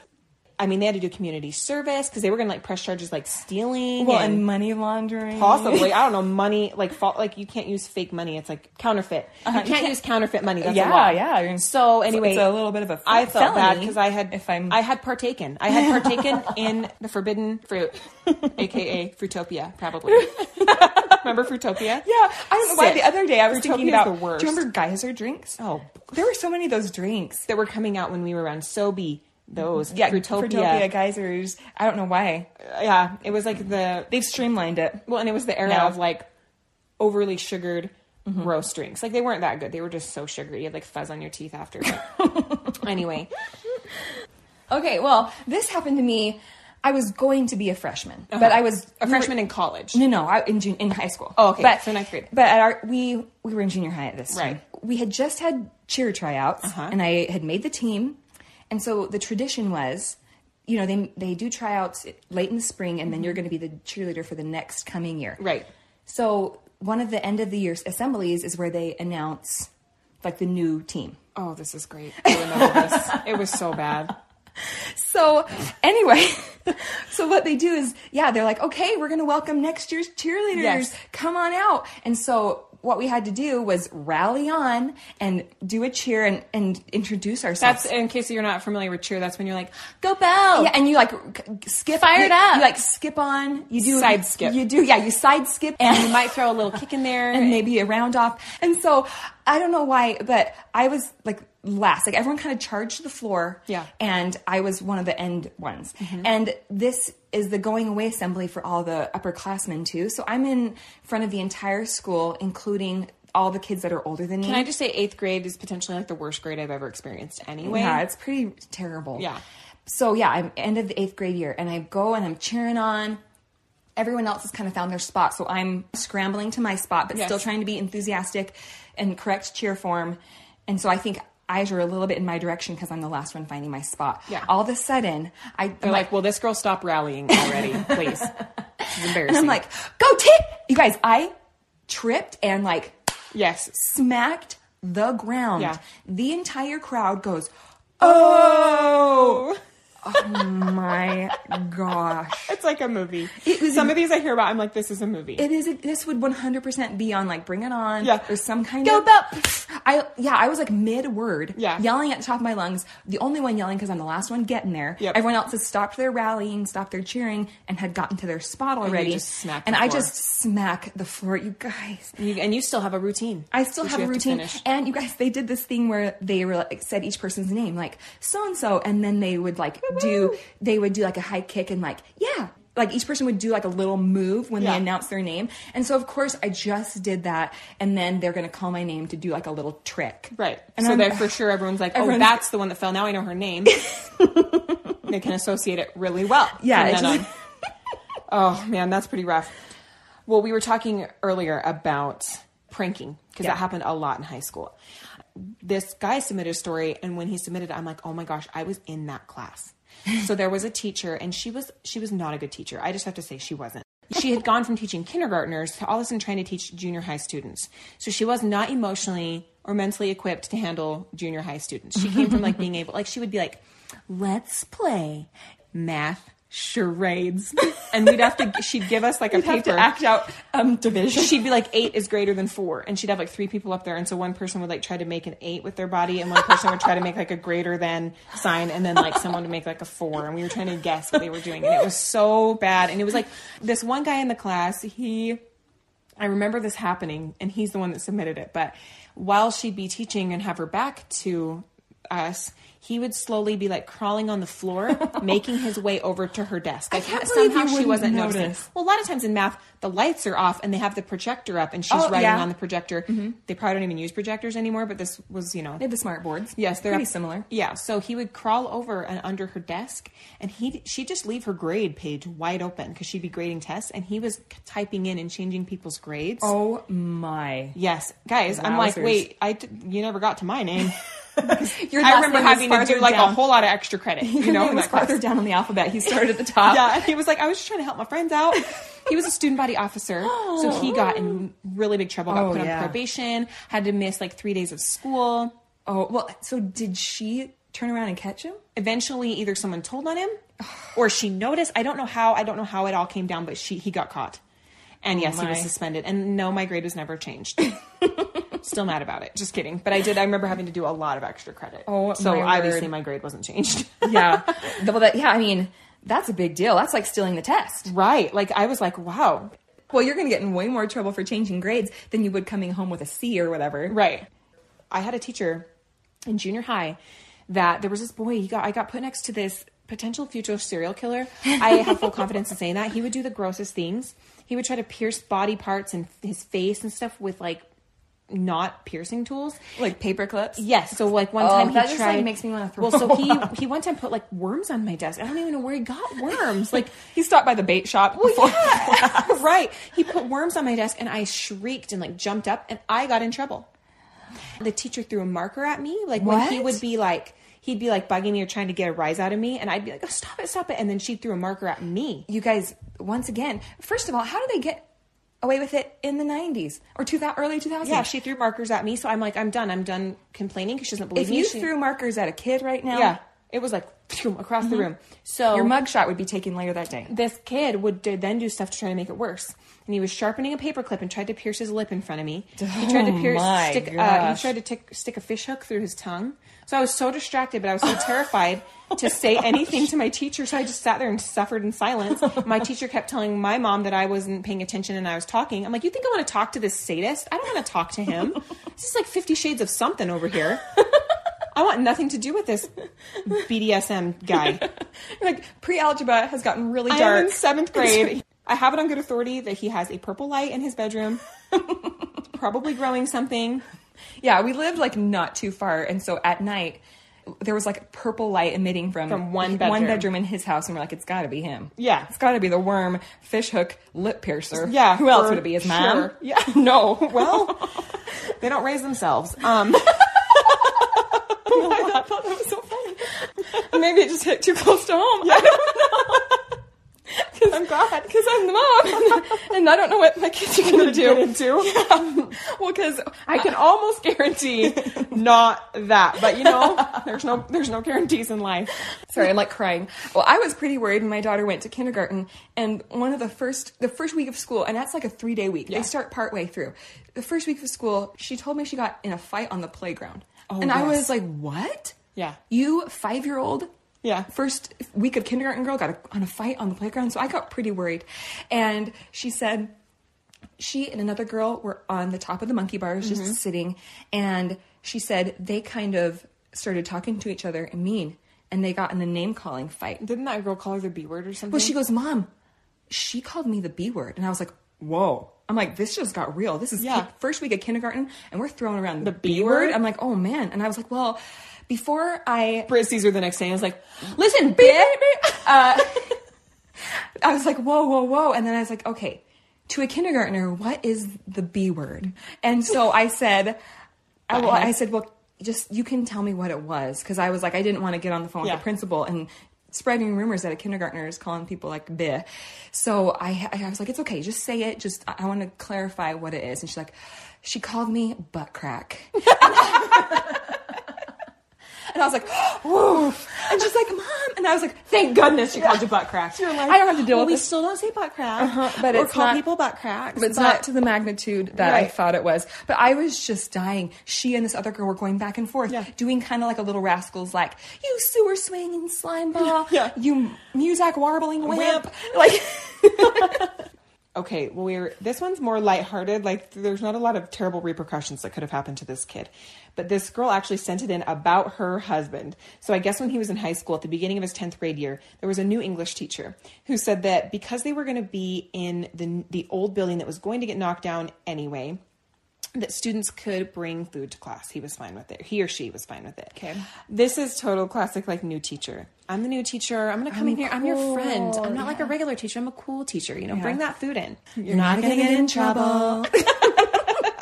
Speaker 2: I mean, they had to do community service because they were going to like press charges like stealing
Speaker 3: well,
Speaker 2: and
Speaker 3: and money laundering.
Speaker 2: possibly i don't know money like fa- like you can't use fake money it's like counterfeit you can't use counterfeit money that's
Speaker 3: Uh-huh,
Speaker 2: a
Speaker 3: Yeah,
Speaker 2: law.
Speaker 3: yeah, you're in-
Speaker 2: so
Speaker 3: it's-
Speaker 2: anyway
Speaker 3: it's a little bit of a
Speaker 2: i felt bad
Speaker 3: felony
Speaker 2: because i had
Speaker 3: if I'm-
Speaker 2: i had partaken i had
Speaker 3: [LAUGHS]
Speaker 2: partaken in the forbidden fruit aka fruitopia probably remember fruitopia
Speaker 3: Yeah, I don't know why.
Speaker 2: Sick.
Speaker 3: The other day I was
Speaker 2: Fruitopia
Speaker 3: thinking
Speaker 2: is
Speaker 3: about.
Speaker 2: the worst.
Speaker 3: Do you remember geyser drinks?
Speaker 2: Oh.
Speaker 3: there were so many of those drinks.
Speaker 2: that were coming out when we were around sobe those
Speaker 3: Yeah,
Speaker 2: fruitopia,
Speaker 3: geysers. I don't know why
Speaker 2: yeah it was like the
Speaker 3: they've streamlined it.
Speaker 2: well and it was the era
Speaker 3: No. Mm-hmm.
Speaker 2: of like overly sugared roast drinks like they weren't that good they were just so sugary you had like fuzz on your teeth
Speaker 3: [LAUGHS]
Speaker 2: after anyway
Speaker 3: Okay, well, this happened to me. I was going to be a freshman, but I was
Speaker 2: Uh-huh. a freshman in college.
Speaker 3: No, no, I, in jun- in high school.
Speaker 2: Oh, okay,
Speaker 3: But,
Speaker 2: so ninth grade.
Speaker 3: But at our we we were in junior high at this time.
Speaker 2: Right. Uh-huh.
Speaker 3: We had just had cheer tryouts, and I had made the team, and so the tradition was, you know, they they do tryouts late in the spring, and then you're going to be the cheerleader for the next coming year.
Speaker 2: Mm-hmm. Right.
Speaker 3: So one of the end of the year assemblies is where they announce like the new team.
Speaker 2: Oh, this is great. I remember this. It was so bad.
Speaker 3: So anyway, [LAUGHS] so what they do is, yeah, they're like, okay, we're going to welcome next year's cheerleaders.
Speaker 2: Yes.
Speaker 3: Come on out. And so what we had to do was rally on and do a cheer and, and introduce ourselves.
Speaker 2: That's in case you're not familiar with cheer. That's when you're like, "Go Bell!"
Speaker 3: yeah, and you like k- skip
Speaker 4: Fired
Speaker 3: you,
Speaker 4: up.
Speaker 3: You like skip on. You do
Speaker 2: Side skip.
Speaker 3: You do yeah. You side skip
Speaker 2: and you might throw a little kick in there.
Speaker 3: and maybe a round off. And so I don't know why, but I was like last. Like everyone kind of charged to the floor.
Speaker 2: Yeah. Mm-hmm.
Speaker 3: And I was one of the end ones. And this is the going away assembly for all the upperclassmen too. So I'm in front of the entire school, including all the kids that are older than me.
Speaker 2: Can I just say, eighth grade is potentially like the worst grade I've ever experienced. Anyway,
Speaker 3: Yeah, it's pretty terrible.
Speaker 2: Yeah.
Speaker 3: So yeah, I'm end of the eighth grade year, and I go and I'm cheering on. Everyone else has kind of found their spot, so I'm scrambling to my spot, but
Speaker 2: Yes.
Speaker 3: still trying to be enthusiastic and correct cheer form. And so I think eyes are a little bit in my direction because I'm the last one finding my spot.
Speaker 2: Yeah.
Speaker 3: All of a sudden, I
Speaker 2: they're like, "Will this girl stop rallying already, please?" This is embarrassing.
Speaker 3: [LAUGHS] and I'm like, go tip, you guys. I tripped and like
Speaker 2: "Yes,
Speaker 3: smacked the ground.
Speaker 2: Yeah.
Speaker 3: The entire crowd goes, oh.
Speaker 2: [LAUGHS]
Speaker 3: my gosh.
Speaker 2: it's like a movie." Some of these I hear about, I'm like, "This is a movie."
Speaker 3: It is. This would 100% be on like Bring It On
Speaker 2: Yeah.
Speaker 3: or some kind
Speaker 2: Go
Speaker 3: of.
Speaker 2: Bop!
Speaker 3: I yeah, I was like mid word,
Speaker 2: Yeah.
Speaker 3: yelling at the top of my lungs. The only one yelling because I'm the last one getting there.
Speaker 2: Yep.
Speaker 3: Everyone else had stopped their rallying, stopped their cheering, and had gotten to their spot already.
Speaker 2: just smack
Speaker 3: and
Speaker 2: the
Speaker 3: I
Speaker 2: floor.
Speaker 3: just smack the floor. You guys,
Speaker 2: you, and you still have a routine.
Speaker 3: I still
Speaker 2: which
Speaker 3: have
Speaker 2: you
Speaker 3: a
Speaker 2: to
Speaker 3: routine.
Speaker 2: finish.
Speaker 3: And you guys, they did this thing where they were like, said each person's name, like so and so, and then they would like do they would do like a high kick and like yeah, like each person would do like a little move when
Speaker 2: Yeah.
Speaker 3: they announced their name. And so of course I just did that, and then they're gonna call my name to do like a little trick.
Speaker 2: Right.
Speaker 3: And
Speaker 2: so
Speaker 3: I'm-
Speaker 2: there for sure everyone's like, oh,
Speaker 3: Everyone's-
Speaker 2: that's the one that fell. Now I know her
Speaker 3: [LAUGHS]
Speaker 2: name. they can associate it really well.
Speaker 3: Yeah,
Speaker 2: from
Speaker 3: it
Speaker 2: then
Speaker 3: just-
Speaker 2: on. oh, man, that's pretty rough. Well, we were talking earlier about pranking because
Speaker 3: Yeah.
Speaker 2: that happened a lot in high school. This guy submitted a story, and when he submitted, it, I'm like, oh my gosh, I was in that
Speaker 3: [LAUGHS]
Speaker 2: class. so there was a teacher, and she was she was not a good teacher. I just have to say she wasn't. She had gone from teaching kindergartners to all of a sudden trying to teach junior high students. So she was not emotionally or mentally equipped to handle junior high students. She came from like being able, like she would be like, let's play math charades, and we'd have to. She'd give us like a
Speaker 3: have
Speaker 2: paper
Speaker 3: to act out um division.
Speaker 2: she'd be like eight is greater than four and she'd have like three people up there and so one person would like try to make an eight with their body and one person would try to make like a greater than sign and then like someone would make like a four and we were trying to guess what they were doing and it was so bad and it was like this one guy in the class he I remember this happening, and he's the one that submitted it. But while she'd be teaching and have her back to us, he would slowly be like crawling on the floor, making his way over to her desk. Like
Speaker 3: can't believe
Speaker 2: somehow
Speaker 3: you
Speaker 2: she
Speaker 3: wouldn't
Speaker 2: wasn't
Speaker 3: notice.
Speaker 2: noticing. Well, a lot of times in math, the lights are off and they have the projector up, and she's
Speaker 3: Oh,
Speaker 2: writing
Speaker 3: yeah. Mm-hmm.
Speaker 2: on the projector. They probably don't even use projectors anymore, but this was you know
Speaker 3: They have the smart boards.
Speaker 2: Yes, they're
Speaker 3: pretty
Speaker 2: up-
Speaker 3: similar.
Speaker 2: Yeah, so he would crawl over and under her desk, and he she'd just leave her grade page wide open because she'd be grading tests, and he was typing in and changing people's grades.
Speaker 3: Oh my!
Speaker 2: Yes, guys, I'm like,
Speaker 3: Wowzers.
Speaker 2: wait, I d- you never got to my
Speaker 3: [LAUGHS]
Speaker 2: name.
Speaker 3: Your
Speaker 2: I
Speaker 3: last
Speaker 2: remember
Speaker 3: name was
Speaker 2: having to do
Speaker 3: farther
Speaker 2: like a
Speaker 3: down.
Speaker 2: whole lot of extra credit, you
Speaker 3: Your
Speaker 2: know,
Speaker 3: name [LAUGHS]
Speaker 2: in
Speaker 3: was
Speaker 2: that class.
Speaker 3: farther down on the alphabet. He started at [LAUGHS] the top.
Speaker 2: Yeah, and he was like, I was just trying to help my friends out. He was a student body officer, so
Speaker 3: [GASPS]
Speaker 2: he got in really big trouble, got
Speaker 3: Oh,
Speaker 2: put
Speaker 3: yeah.
Speaker 2: on probation, had to miss like three days of school.
Speaker 3: Oh well. So did she turn around and catch him?
Speaker 2: eventually either someone told on him
Speaker 3: [SIGHS]
Speaker 2: or she noticed i don't know how i don't know how it all came down but she he got caught and yes he was
Speaker 3: Oh, my.
Speaker 2: suspended and no my grade was never changed
Speaker 3: [LAUGHS]
Speaker 2: still mad about it just kidding but i did i remember having to do a lot of extra credit
Speaker 3: Oh,
Speaker 2: so
Speaker 3: my
Speaker 2: obviously
Speaker 3: word.
Speaker 2: my grade wasn't changed [LAUGHS]
Speaker 3: [LAUGHS] Yeah. well, that, yeah. I mean, that's a big deal. That's like stealing the test.
Speaker 2: right like i was like wow
Speaker 3: Well, you're going to get in way more trouble for changing grades than you would coming home with a C or whatever.
Speaker 2: Right. I had a teacher in junior high that there was this boy. He got I got put next to this potential future serial killer. I have full confidence in saying that he would do the grossest things. He would try to pierce body parts and his face and stuff with like not piercing tools.
Speaker 3: Like paper clips.
Speaker 2: Yes. So like one
Speaker 3: Oh,
Speaker 2: time he
Speaker 3: that just,
Speaker 2: tried.
Speaker 3: like, makes me wanna throw
Speaker 2: Well, so he he one time put like worms on my desk. I don't even know where he got
Speaker 3: [LAUGHS]
Speaker 2: worms. Like
Speaker 3: He stopped by the bait shop before.
Speaker 2: yeah. [LAUGHS] right. He put worms on my desk and I shrieked and like jumped up and I got in trouble. The teacher threw a marker at me. Like when he
Speaker 3: What?
Speaker 2: would be like, he'd be like bugging me or trying to get a rise out of me. And I'd be like, oh, stop it, stop it. And then she threw a marker at me.
Speaker 3: You guys, once again, first of all, how did they get away with it in the 90s or two thou- early 2000s?
Speaker 2: Yeah, she threw markers at me. So I'm like, I'm done. I'm done complaining because she doesn't believe
Speaker 3: if
Speaker 2: me.
Speaker 3: you
Speaker 2: She-
Speaker 3: threw markers at a kid right now,
Speaker 2: yeah, it was like phew, across the room. So
Speaker 3: Mm-hmm. your mugshot would be taken later that day. [LAUGHS]
Speaker 2: this kid would do, then do stuff to try to make it worse. And he was sharpening a paperclip and tried to pierce his lip in front of me. He tried to
Speaker 3: Oh
Speaker 2: pierce,
Speaker 3: my
Speaker 2: stick, uh, he
Speaker 3: gosh.
Speaker 2: tried to tick, stick a fish hook through his tongue. So I was so distracted, but I was so
Speaker 3: [LAUGHS]
Speaker 2: terrified to say anything to my teacher. So I just sat there and suffered in silence. My teacher kept telling my mom that I wasn't paying attention and I was talking. I'm like, you think I want to talk to this sadist? I don't want to talk to him. This is like Fifty Shades of something over here. I want nothing to do with this BDSM guy.
Speaker 3: Like pre algebra has gotten really
Speaker 2: I am
Speaker 3: dark.
Speaker 2: in [LAUGHS] seventh grade. I have it on good authority that he has a purple light in his [LAUGHS] bedroom. It's probably growing something.
Speaker 3: Yeah, we lived like not too far, and so at night there was like purple light emitting from,
Speaker 2: From one
Speaker 3: one
Speaker 2: bedroom.
Speaker 3: bedroom in his house, and we're like, it's got to be him.
Speaker 2: Yeah.
Speaker 3: it's got to be the worm, fish hook, lip piercer.
Speaker 2: Yeah,
Speaker 3: who else
Speaker 2: for
Speaker 3: would it be? His mom?
Speaker 2: sure. Yeah. [LAUGHS]
Speaker 3: no. [LAUGHS] Well,
Speaker 2: Well, they don't raise themselves. [LAUGHS] Um,
Speaker 3: I thought that was so funny. Maybe it just hit too close to home. [LAUGHS] I don't know.
Speaker 2: I'm [LAUGHS] glad.
Speaker 3: because I'm the mom, [LAUGHS] and I don't know what my kids are gonna
Speaker 2: Get [LAUGHS]
Speaker 3: do.
Speaker 2: into.
Speaker 3: [LAUGHS] Well, because
Speaker 2: I can almost guarantee not that, but you know, there's no there's no guarantees in life.
Speaker 3: Sorry, I'm like crying. Well, I was pretty worried when my daughter went to kindergarten, and one of the first the first week of school, and that's like a three day week.
Speaker 2: Yeah.
Speaker 3: They start part way through. The first week of school, she told me she got in a fight on the playground,
Speaker 2: Oh,
Speaker 3: and I
Speaker 2: yes.
Speaker 3: was like, "What?
Speaker 2: Yeah.
Speaker 3: you five year old."
Speaker 2: Yeah.
Speaker 3: First week of kindergarten girl got a, on a fight on the playground, so I got pretty worried. And she said she and another girl were on the top of the monkey bars just
Speaker 2: Mm-hmm.
Speaker 3: sitting and she said they kind of started talking to each other and mean and they got in a name calling fight
Speaker 2: Didn't that girl call her the B word or something?
Speaker 3: well she goes mom she called me the b word and i was like whoa i'm like this just got real this is
Speaker 2: Yeah.
Speaker 3: ki- first week of kindergarten and we're throwing around the,
Speaker 2: B
Speaker 3: b word
Speaker 2: word?
Speaker 3: i'm like oh man and i was like well before i
Speaker 2: Britt sees her the next day and is like,
Speaker 3: listen, bitch. Uh, I was like, whoa, whoa, whoa. And then I was like, okay, to a kindergartner, what is the B word? And so I said, I, well, I said, well, just you can tell me what it was. Cause I was like, I didn't want to get on the phone
Speaker 2: Yeah.
Speaker 3: with the principal and spreading rumors that a kindergartner is calling people like bleh. So I, I was like, it's okay. Just say it. Just, I, I want to clarify what it is. And she's like, she called me butt crack. [LAUGHS] And I was like, [GASPS] whoa. And she's like, mom. And I was like, thank goodness she called you butt crack. I don't have to deal
Speaker 2: well,
Speaker 3: with
Speaker 2: we
Speaker 3: this.
Speaker 2: still don't say butt crack,
Speaker 3: but
Speaker 2: or
Speaker 3: it's
Speaker 2: call
Speaker 3: not-
Speaker 2: people butt cracks.
Speaker 3: But it's not to the magnitude that I
Speaker 2: Right.
Speaker 3: thought it was. But I was just dying. She and this other girl were going back and forth,
Speaker 2: Yeah.
Speaker 3: doing kind of like a little rascals, like, you sewer swinging slime ball,
Speaker 2: [LAUGHS] Yeah. [LAUGHS]
Speaker 3: you music warbling wimp.
Speaker 2: Wimp.
Speaker 3: Like,
Speaker 2: okay, well, we're this one's more lighthearted. Like, there's not a lot of terrible repercussions that could have happened to this kid. But this girl actually sent it in about her husband. So I guess when he was in high school, at the beginning of his 10th grade year, there was a new English teacher who said that because they were going to be in the, the old building that was going to get knocked down anyway, that students could bring food to class. He was fine with it. He or she was fine with it.
Speaker 3: Okay.
Speaker 2: This is total classic, like new teacher. I'm the new teacher. I'm gonna come in here. I'm your friend.
Speaker 3: cool.
Speaker 2: I'm not like a regular teacher. I'm a cool teacher. You know, bring that food in. You're,
Speaker 3: not gonna get in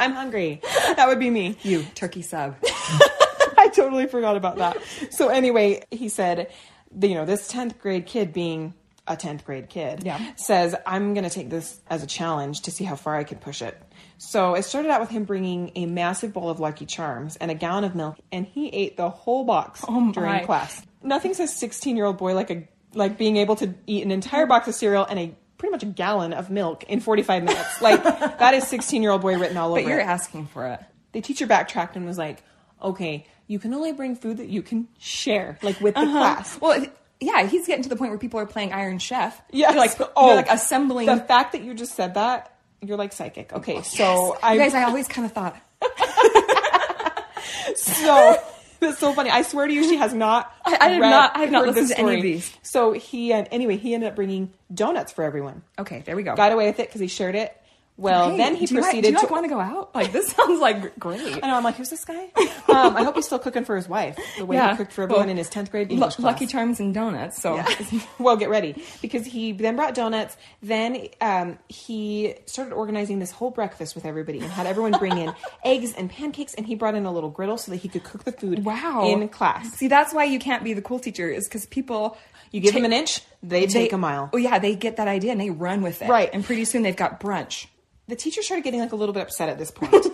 Speaker 2: I'm hungry. [LAUGHS] That would be me.
Speaker 3: You turkey sub.
Speaker 2: [LAUGHS] I totally forgot about that. So anyway, he said, the- you know, this 10th grade kid being a 10th grade kid
Speaker 3: Yeah.
Speaker 2: says, I'm going to take this as a challenge to see how far I can push it. So it started out with him bringing a massive bowl of Lucky Charms and a gallon of milk, and he ate the whole box
Speaker 3: Oh my.
Speaker 2: during class. Nothing says 16 year old boy like a like being able to eat an entire box of cereal and a pretty much a gallon of milk in 45 minutes. Like that is 16 year old boy written all
Speaker 3: [LAUGHS] But
Speaker 2: over.
Speaker 3: you're
Speaker 2: it
Speaker 3: asking for it.
Speaker 2: the teacher backtracked and was like, okay, you can only bring food that you can share, like with the class.
Speaker 3: Well, if- yeah, he's getting to the point where people are playing Iron Chef.
Speaker 2: Yeah,
Speaker 3: They're like,
Speaker 2: oh,
Speaker 3: they're like assembling.
Speaker 2: The fact that you just said that, you're like psychic. Okay, so I
Speaker 3: you guys, I always kind of thought,
Speaker 2: [LAUGHS] [LAUGHS] so that's so funny. I swear to you, she has not.
Speaker 3: I- I have not- I have not
Speaker 2: heard
Speaker 3: listened
Speaker 2: this
Speaker 3: to any of
Speaker 2: story.
Speaker 3: these.
Speaker 2: So he and anyway, he ended up bringing donuts for everyone.
Speaker 3: okay, there we go.
Speaker 2: Got away with it because he shared it. Well,
Speaker 3: Hey,
Speaker 2: then he
Speaker 3: do you like-
Speaker 2: proceeded
Speaker 3: do you like
Speaker 2: to
Speaker 3: want to go out? Like this [LAUGHS] sounds like great.
Speaker 2: I know. I'm like, who's this guy? [LAUGHS] um, I hope he's still cooking for his wife. The way he cooked for everyone
Speaker 3: Well,
Speaker 2: in his 10th grade
Speaker 3: lu-
Speaker 2: English class.
Speaker 3: Lucky Charms and donuts. So
Speaker 2: [LAUGHS] well, get ready because he then brought donuts. Then um, he started organizing this whole breakfast with everybody and had everyone bring
Speaker 3: [LAUGHS]
Speaker 2: in eggs and pancakes. And he brought in a little griddle so that he could cook the food.
Speaker 3: wow,
Speaker 2: in class,
Speaker 3: [LAUGHS] See, that's why you can't be the cool teacher is because people
Speaker 2: you give
Speaker 3: ta-
Speaker 2: them an inch, they, take a mile.
Speaker 3: Oh yeah, they get that idea and they run with it.
Speaker 2: Right.
Speaker 3: and pretty soon they've got brunch.
Speaker 2: The teacher started getting like a little bit upset at this point,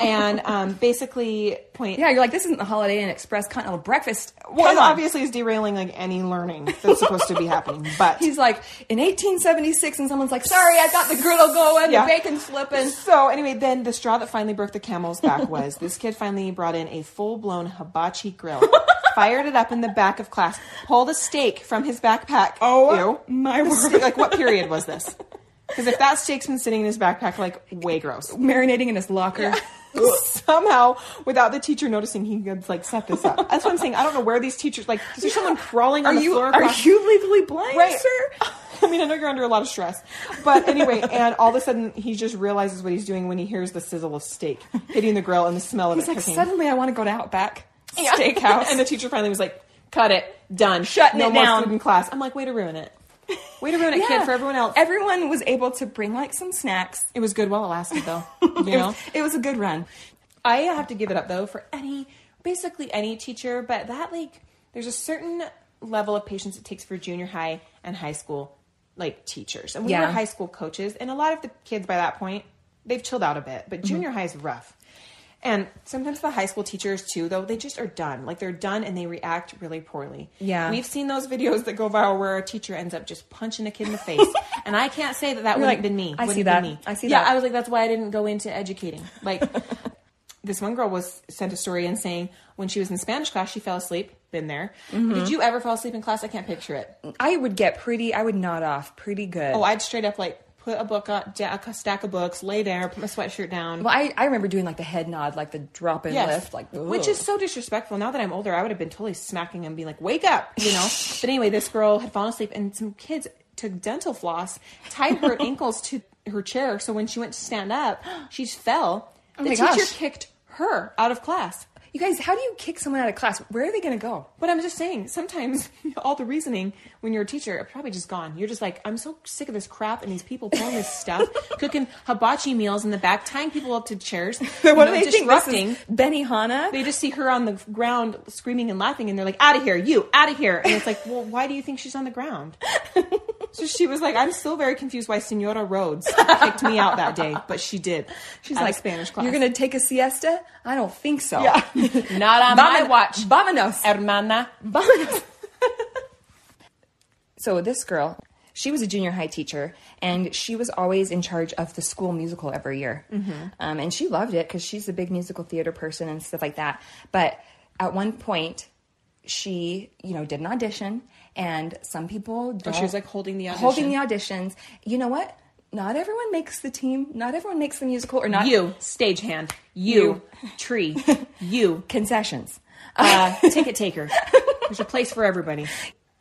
Speaker 3: [LAUGHS]
Speaker 2: and um, basically point.
Speaker 3: Yeah, you're like this isn't the Holiday Inn Express continental breakfast.
Speaker 2: Well,
Speaker 3: Come
Speaker 2: it
Speaker 3: on.
Speaker 2: obviously is derailing like any learning that's supposed to be happening. But
Speaker 3: [LAUGHS] He's like in 1876, and someone's like, "Sorry, I got the griddle going,
Speaker 2: Yeah.
Speaker 3: the bacon's flipping."
Speaker 2: So anyway, then the straw that finally broke the camel's back was this kid finally brought in a full blown hibachi
Speaker 3: [LAUGHS]
Speaker 2: grill, fired it up in the back of class, pulled a steak from his backpack.
Speaker 3: Oh,
Speaker 2: Ew.
Speaker 3: my
Speaker 2: The
Speaker 3: word.
Speaker 2: steak- like what period was this? Because if that steak's been sitting in his backpack, like way gross.
Speaker 3: Marinating in his locker.
Speaker 2: [LAUGHS] Somehow, without the teacher noticing, he could like set this up. That's what I'm saying. I don't know where these teachers like. Is there someone crawling
Speaker 3: Are
Speaker 2: on the
Speaker 3: you
Speaker 2: floor?
Speaker 3: are
Speaker 2: across-
Speaker 3: you legally blind, sir?
Speaker 2: [LAUGHS] I mean, I know you're under a lot of stress, but anyway, and all of a sudden he just realizes what he's doing when he hears the sizzle of steak hitting the grill and the smell of
Speaker 3: He's
Speaker 2: it
Speaker 3: like,
Speaker 2: cooking.
Speaker 3: suddenly I want to go to Outback
Speaker 2: Yeah. [LAUGHS]
Speaker 3: Steakhouse.
Speaker 2: and the teacher finally was like, "Cut it, done,
Speaker 3: Shutting
Speaker 2: no
Speaker 3: it
Speaker 2: more
Speaker 3: down."
Speaker 2: food in class." I'm like, "Way to ruin it, way to ruin it, kid, for everyone else."
Speaker 3: Everyone was able to bring like some snacks.
Speaker 2: it was good while it lasted,
Speaker 3: [LAUGHS]
Speaker 2: though. You
Speaker 3: It
Speaker 2: know,
Speaker 3: was, it was a good run.
Speaker 2: I have to give it up though for any, basically any teacher, but that like, there's a certain level of patience it takes for junior high and high school like teachers, and we
Speaker 3: Yeah.
Speaker 2: were high school coaches, and a lot of the kids by that point they've chilled out a bit,
Speaker 3: Mm-hmm.
Speaker 2: but junior high is rough. And sometimes the high school teachers too, though they just are done. Like they're done, and they react really poorly.
Speaker 3: Yeah.
Speaker 2: we've seen those videos that go viral where a teacher ends up just punching a kid in the
Speaker 3: [LAUGHS]
Speaker 2: face, and I can't say that that
Speaker 3: You're
Speaker 2: wouldn't
Speaker 3: like,
Speaker 2: have been me.
Speaker 3: I
Speaker 2: Wouldn't
Speaker 3: see
Speaker 2: have been me.
Speaker 3: that. I see
Speaker 2: Yeah,
Speaker 3: that.
Speaker 2: I was like, that's why I didn't go into educating.
Speaker 3: [LAUGHS]
Speaker 2: Like, this one girl was sent a story in saying when she was in Spanish class, she fell asleep. Been there.
Speaker 3: Mm-hmm.
Speaker 2: Did you ever fall asleep in class? I can't picture it.
Speaker 3: I would get pretty, I would nod off pretty good.
Speaker 2: Oh, I'd straight up like put a book on, da- a stack of books, lay there, put my sweatshirt down.
Speaker 3: well, I, I remember doing like the head nod, like the drop and
Speaker 2: Yes.
Speaker 3: lift, like
Speaker 2: which
Speaker 3: ugh.
Speaker 2: is so disrespectful. Now that I'm older, I would have been totally smacking him, and be like, "Wake up!" You
Speaker 3: [LAUGHS]
Speaker 2: know. but anyway, this girl had fallen asleep, and some kids took dental floss, tied
Speaker 3: [LAUGHS]
Speaker 2: her ankles to her chair, so when she went to stand up, she
Speaker 3: [GASPS]
Speaker 2: fell. the
Speaker 3: Oh my
Speaker 2: teacher
Speaker 3: gosh.
Speaker 2: kicked her out of class.
Speaker 3: You guys, how do you kick someone out of class? Where are they going
Speaker 2: [LAUGHS]
Speaker 3: to go?
Speaker 2: But I'm just saying, sometimes [LAUGHS] all the reasoning when you're a teacher are probably just gone. You're just like, I'm so sick of this crap and these people pulling this
Speaker 3: [LAUGHS]
Speaker 2: stuff, cooking hibachi meals in the back, tying people up to chairs. you know, disrupting.
Speaker 3: Benny Hanna?
Speaker 2: They just see her on the ground screaming and laughing, and they're like, out of here, you, out of here. And it's like, [LAUGHS] well, why do you think she's on the [LAUGHS] ground? so she was like, I'm still very confused why Senora [LAUGHS] Rhodes kicked me out that day, but she did.
Speaker 3: She's
Speaker 2: At a
Speaker 3: like,
Speaker 2: Spanish class.
Speaker 3: You're going to take a siesta? I don't think so. [LAUGHS]
Speaker 2: Yeah. Not on my
Speaker 3: Vamonos-
Speaker 2: watch.
Speaker 3: Vamonos.
Speaker 2: [LAUGHS] Hermana.
Speaker 3: Vamonos. so this girl, she was a junior high teacher, and she was always in charge of the school musical every year.
Speaker 2: Mm-hmm.
Speaker 3: Um, and she loved it because she's a big musical theater person and stuff like that. But at one point, she, you know, did an audition, and some people don't.
Speaker 2: Oh, she was, like, holding the
Speaker 3: Holding
Speaker 2: audition.
Speaker 3: the auditions. You know what? not everyone makes the team, not everyone makes the musical, or not
Speaker 2: You, stagehand. You, [LAUGHS] tree. You,
Speaker 3: concessions.
Speaker 2: uh, ticket taker. There's a place for everybody.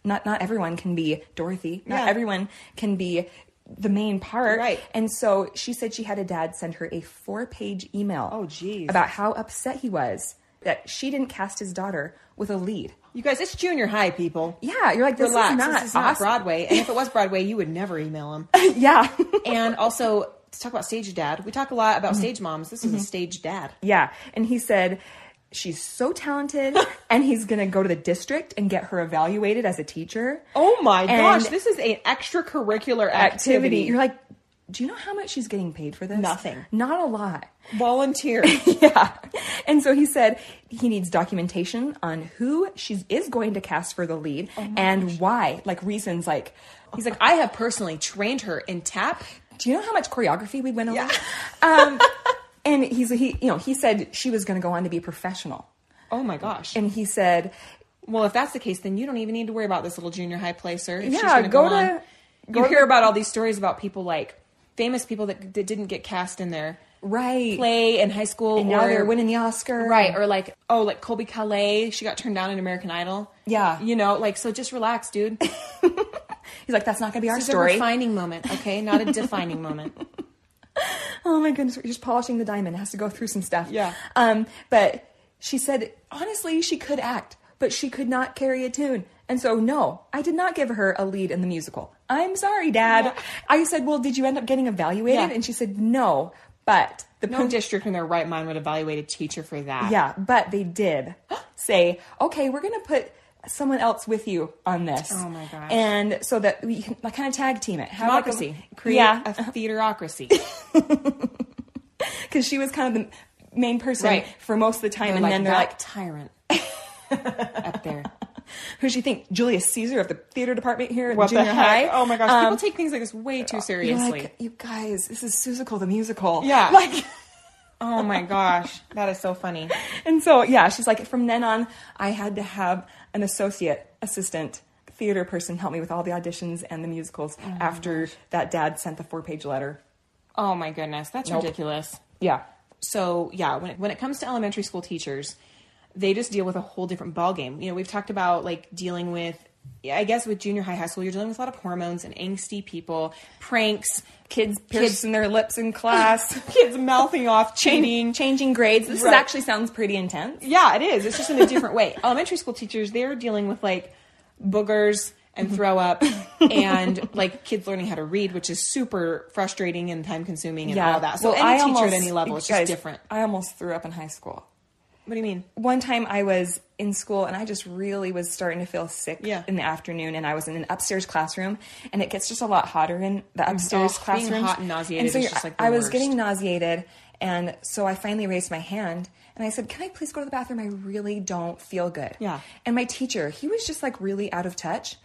Speaker 3: Not not everyone can be Dorothy. Not
Speaker 2: Yeah.
Speaker 3: everyone can be the main part.
Speaker 2: Right.
Speaker 3: And so she said she had a dad send her a four-page email.
Speaker 2: Oh, geez.
Speaker 3: About how upset he was that she didn't cast his daughter with a lead.
Speaker 2: You guys, it's junior high, people.
Speaker 3: Yeah, you're like this
Speaker 2: Relax.
Speaker 3: is not,
Speaker 2: this is not
Speaker 3: awesome.
Speaker 2: Broadway. And if it was Broadway, you would never email them.
Speaker 3: [LAUGHS] Yeah.
Speaker 2: and also, let's talk about stage dad. We talk a lot about stage moms. This is
Speaker 3: Mm-hmm.
Speaker 2: a stage dad.
Speaker 3: Yeah. And he said, She's
Speaker 2: [LAUGHS]
Speaker 3: so talented, and he's going to go to the district and get her evaluated as a teacher.
Speaker 2: Oh my
Speaker 3: And
Speaker 2: gosh, this is an extracurricular activity.
Speaker 3: activity. You're like, Do you know how much she's getting paid for this?
Speaker 2: Nothing.
Speaker 3: Not a lot.
Speaker 2: [LAUGHS] volunteer.
Speaker 3: yeah. And so he said he needs documentation on who she is going to cast for the lead
Speaker 2: Oh
Speaker 3: and why, like reasons like,
Speaker 2: He's like, I have personally trained her in tap.
Speaker 3: do you know how much choreography we went over?
Speaker 2: Yeah. [LAUGHS]
Speaker 3: Um, and he's he, you know, he said she was going to go on to be a professional,
Speaker 2: Oh my gosh.
Speaker 3: and he said,
Speaker 2: well, if that's the case, then you don't even need to worry about this little junior high placer. If she's
Speaker 3: Yeah,
Speaker 2: gonna
Speaker 3: go
Speaker 2: go on.
Speaker 3: to- go
Speaker 2: you
Speaker 3: to-
Speaker 2: hear about all these stories about people like famous people that, that didn't get cast in their
Speaker 3: right,
Speaker 2: play in high school,
Speaker 3: and now
Speaker 2: or-
Speaker 3: they're winning the Oscar,
Speaker 2: right? Or like, oh, like Colby Calais, she got turned down in American Idol.
Speaker 3: Yeah.
Speaker 2: you know, like so. Just relax, dude. This
Speaker 3: He's like, that's not going to be our
Speaker 2: is a
Speaker 3: story.
Speaker 2: refining moment, okay? Not [LAUGHS] a defining moment.
Speaker 3: oh my goodness, we're just polishing the diamond. It has to go through some stuff.
Speaker 2: Yeah.
Speaker 3: Um, but she said, honestly, she could act, but she could not carry a tune. And so, no, I did not give her a lead in the musical. I'm sorry, Dad.
Speaker 2: Yeah.
Speaker 3: I said, well, did you end up getting evaluated?
Speaker 2: Yeah.
Speaker 3: And she said, no, but the
Speaker 2: No district in their right mind would evaluate a teacher for that.
Speaker 3: yeah, but they did [GASPS] say, okay, we're going to put someone else with you on this.
Speaker 2: Oh my gosh.
Speaker 3: And so that we can like, kind of tag team it. Have like a-
Speaker 2: democracy. Create
Speaker 3: yeah. [LAUGHS]
Speaker 2: a theaterocracy.
Speaker 3: because she was kind of the main person
Speaker 2: Right.
Speaker 3: for most of the time,
Speaker 2: and
Speaker 3: and then they're
Speaker 2: that [LAUGHS]
Speaker 3: like,
Speaker 2: tyrant up there.
Speaker 3: "Who do you think Julius Caesar of the theater department here at
Speaker 2: What
Speaker 3: junior
Speaker 2: the heck?
Speaker 3: high?"
Speaker 2: Oh my gosh,
Speaker 3: Um,
Speaker 2: people take things like this way too
Speaker 3: you're
Speaker 2: seriously.
Speaker 3: like, you guys, this is Susical the musical.
Speaker 2: Yeah.
Speaker 3: [LAUGHS] like,
Speaker 2: oh my gosh, that is so funny.
Speaker 3: and so yeah, she's like, from then on, I had to have an associate assistant theater person help me with all the auditions and the musicals after that dad sent the four page letter.
Speaker 2: Oh my goodness, that's
Speaker 3: Nope.
Speaker 2: ridiculous.
Speaker 3: Yeah,
Speaker 2: So yeah, when it, when it comes to elementary school teachers, they just deal with a whole different ballgame. You know, we've talked about like dealing with, yeah, I guess with junior high, high school, you're dealing with a lot of hormones and angsty people, pranks,
Speaker 3: kids piercing their lips in class.
Speaker 2: [LAUGHS] kids mouthing off, cheating,
Speaker 3: [LAUGHS] Changing grades. This is
Speaker 2: Right.
Speaker 3: actually sounds pretty intense.
Speaker 2: Yeah, it is. It's just in a different
Speaker 3: [LAUGHS]
Speaker 2: way. Elementary school teachers, they're dealing with like boogers
Speaker 3: [LAUGHS]
Speaker 2: and throw up and like kids learning how to read, which is super frustrating and time consuming and all that. So
Speaker 3: Well,
Speaker 2: any
Speaker 3: I
Speaker 2: teacher at
Speaker 3: almost-
Speaker 2: any level is just
Speaker 3: guys,
Speaker 2: different.
Speaker 3: I almost threw up in high school.
Speaker 2: What do you mean?
Speaker 3: one time I was in school and I just really was starting to feel sick
Speaker 2: Yeah.
Speaker 3: in the afternoon and I was in an upstairs classroom and it gets just a lot hotter in the upstairs
Speaker 2: Oh, being
Speaker 3: classrooms.
Speaker 2: hot and nauseated is
Speaker 3: you're-
Speaker 2: just, like, the
Speaker 3: I was
Speaker 2: worst.
Speaker 3: getting nauseated and so I finally raised my hand and I said, "Can I please go to the bathroom? I really don't feel good."
Speaker 2: Yeah.
Speaker 3: And my teacher, he was just like really out of touch.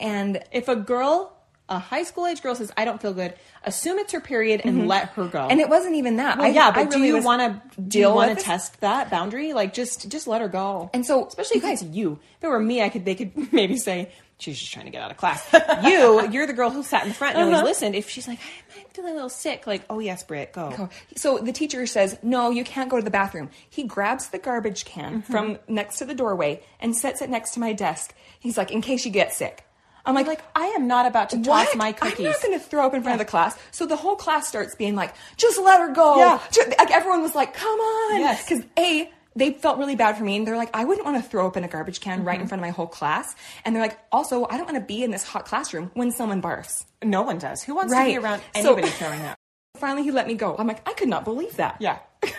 Speaker 3: And
Speaker 2: If a girl, a high school age girl says, I don't feel good, assume it's her period and let her go.
Speaker 3: Mm-hmm. and it wasn't even that.
Speaker 2: well,
Speaker 3: I,
Speaker 2: yeah,
Speaker 3: I
Speaker 2: but do
Speaker 3: really
Speaker 2: you
Speaker 3: was-
Speaker 2: want to
Speaker 3: Do
Speaker 2: do
Speaker 3: you
Speaker 2: you want
Speaker 3: want
Speaker 2: to
Speaker 3: this?
Speaker 2: test that boundary? Like just just let her go.
Speaker 3: And so-
Speaker 2: especially if it's you. If it were me, I could they could [LAUGHS] maybe say she's just trying to get out of class.
Speaker 3: [LAUGHS]
Speaker 2: you, you're the girl who sat in the front and
Speaker 3: Uh-huh.
Speaker 2: always listened. If she's like, I might feel a little sick, like oh yes, Britt, go.
Speaker 3: Oh, So the teacher says, No, you can't go to the bathroom. He grabs the garbage can from next to the doorway and sets it next to my desk. He's like, In case you get sick. I'm like,
Speaker 2: Like I am not about to
Speaker 3: what?
Speaker 2: toss my
Speaker 3: I'm
Speaker 2: cookies.
Speaker 3: not going to throw up in front of the class. So the whole class starts being like, just let her go.
Speaker 2: Yeah.
Speaker 3: Ju- like everyone was like, come on.
Speaker 2: Yes.
Speaker 3: Because A, they felt really bad for me. And they're like, I wouldn't want to throw up in a garbage can right in front of my whole class. And they're like, also, I don't want to be in this hot classroom when someone barfs.
Speaker 2: no one does. Who wants to be
Speaker 3: Right.
Speaker 2: around
Speaker 3: So-
Speaker 2: anybody throwing up?
Speaker 3: Finally, he let me go. I'm like, I could not believe that.
Speaker 2: Yeah. [LAUGHS]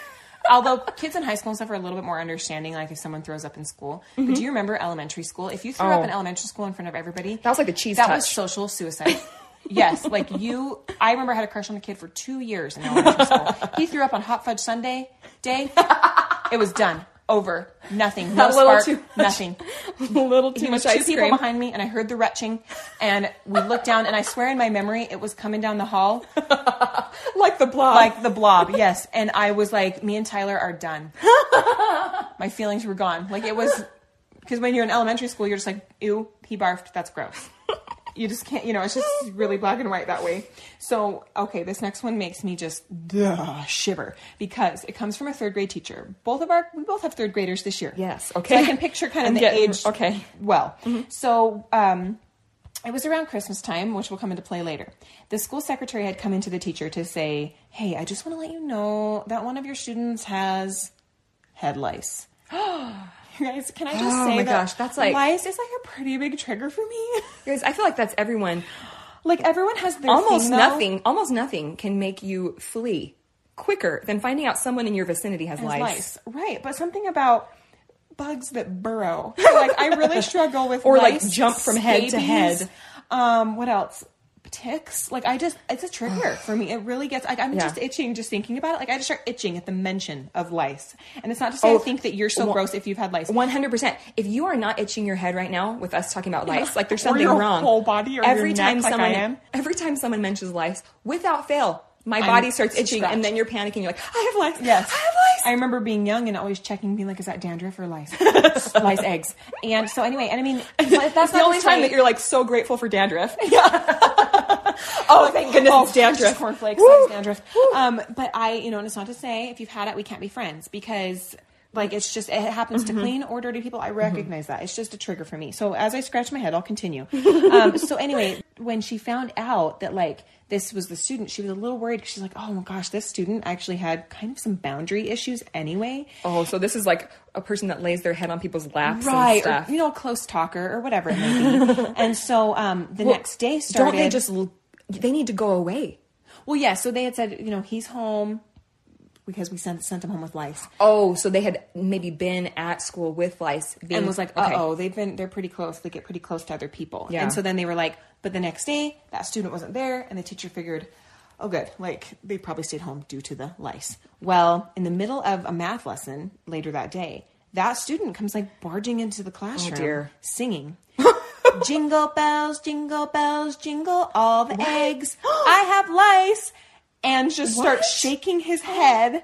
Speaker 2: Although kids in high school and stuff are a little bit more understanding, like if someone throws up in school. But do you remember elementary school? If you threw
Speaker 3: Mm-hmm. Oh.
Speaker 2: up in elementary school in front of everybody,
Speaker 3: That was like the cheese
Speaker 2: That
Speaker 3: touch.
Speaker 2: was social
Speaker 3: [LAUGHS]
Speaker 2: suicide. yes, like you. I remember I had a crush on the kid for two years in elementary school. He threw up on hot fudge Sunday day. It was done, over, nothing, no
Speaker 3: A little
Speaker 2: spark,
Speaker 3: too much.
Speaker 2: nothing.
Speaker 3: [LAUGHS] a little
Speaker 2: He
Speaker 3: too
Speaker 2: was
Speaker 3: much
Speaker 2: two
Speaker 3: ice
Speaker 2: people
Speaker 3: cream.
Speaker 2: behind me, and I heard the retching. And we looked down, and I swear in my memory, it was coming down the hall
Speaker 3: like the blob.
Speaker 2: like the blob yes and i was like me and tyler are
Speaker 3: [LAUGHS]
Speaker 2: done my feelings were
Speaker 3: [LAUGHS]
Speaker 2: gone like it was because when you're in elementary school you're just like ew he barfed that's gross You just can't, you know, it's just really black and white that way. So, okay, this next one makes me just duh, shiver because it comes from a third grade teacher. Both of our, we both have third graders this year.
Speaker 3: Yes,
Speaker 2: So I
Speaker 3: okay.
Speaker 2: can picture kind of
Speaker 3: I'm
Speaker 2: the
Speaker 3: getting-
Speaker 2: age.
Speaker 3: mm, okay. Mm-hmm.
Speaker 2: Well, so um, it was around Christmas time, which will come into play later. The school secretary had come into the teacher to say, "Hey, I just want to let you know that one of your students has head
Speaker 3: [GASPS]
Speaker 2: lice." you guys, can I just
Speaker 3: Oh
Speaker 2: say
Speaker 3: my
Speaker 2: that
Speaker 3: gosh, that's like-
Speaker 2: lice is like a pretty big trigger for me. [LAUGHS]
Speaker 3: Guys, I feel like that's everyone.
Speaker 2: like everyone has their
Speaker 3: Almost
Speaker 2: thing, though.
Speaker 3: nothing, almost nothing can make you flee quicker than finding out someone in your vicinity has,
Speaker 2: as
Speaker 3: lice.
Speaker 2: lice. Right, but something about bugs that burrow. [LAUGHS] Like I really struggle with
Speaker 3: Or, like,
Speaker 2: lice,
Speaker 3: jump from head to
Speaker 2: scabies,
Speaker 3: head.
Speaker 2: Um, what else? Ticks. Like I just, it's a trigger for me. It really gets. Like I'm
Speaker 3: Yeah.
Speaker 2: just itching just thinking about it. Like I just start itching at the mention of lice. And it's not to say I
Speaker 3: Oh,
Speaker 2: think that you're so
Speaker 3: one-
Speaker 2: gross if you've had lice. [LAUGHS]
Speaker 3: One hundred percent. If you are not itching your head right now with us talking about lice, like there's
Speaker 2: Or
Speaker 3: something
Speaker 2: your
Speaker 3: wrong.
Speaker 2: whole body or your
Speaker 3: every time
Speaker 2: neck like
Speaker 3: someone
Speaker 2: I am.
Speaker 3: every time someone mentions lice, without fail, my body starts itching,
Speaker 2: scratched.
Speaker 3: and then you're panicking. You're like, I have lice.
Speaker 2: Yes.
Speaker 3: I have lice.
Speaker 2: I remember being young and always checking, being like, is that dandruff or [LAUGHS] lice? lice eggs. And so anyway, and I mean, [LAUGHS] that's
Speaker 3: That's the only time that you're like so grateful for [LAUGHS] dandruff. oh, thank goodness
Speaker 2: Oh,
Speaker 3: it's dandruff.
Speaker 2: Just cornflakes,
Speaker 3: Woo.
Speaker 2: that's dandruff. Um, but I, you know, and it's not to say if you've had it, we can't be friends because like it's just it happens
Speaker 3: Mm-hmm.
Speaker 2: to clean or dirty people. I recognize that it's just a trigger for me. So as I scratch my head, I'll continue.
Speaker 3: [LAUGHS]
Speaker 2: um, so anyway, when she found out that like this was the student, she was a little worried because she's like, oh my gosh, this student actually had kind of some boundary issues anyway.
Speaker 3: Oh, so this is like a person that lays their head on people's laps and
Speaker 2: Right,
Speaker 3: stuff.
Speaker 2: or, you know, close talker or whatever it may
Speaker 3: [LAUGHS]
Speaker 2: be. and so um, the next day started.
Speaker 3: Don't they just? l- They need to go away.
Speaker 2: Well, yeah. So they had said, you know, he's home because we sent sent him home with lice,
Speaker 3: Oh, so they had maybe been at school with lice being,
Speaker 2: and was like, uh
Speaker 3: okay.
Speaker 2: oh, they've been they're pretty close. They get pretty close to other people,
Speaker 3: Yeah.
Speaker 2: and so then they were like, but the next day that student wasn't there, and the teacher figured. Oh, good. Like, they probably stayed home due to the lice. Well, in the middle of a math lesson later that day, that student comes like barging into the classroom
Speaker 3: Oh, dear. [LAUGHS]
Speaker 2: singing, Jingle bells, jingle bells, jingle all the
Speaker 3: [GASPS]
Speaker 2: eggs. I have lice. And just
Speaker 3: What?
Speaker 2: start shaking
Speaker 3: [GASPS]
Speaker 2: his head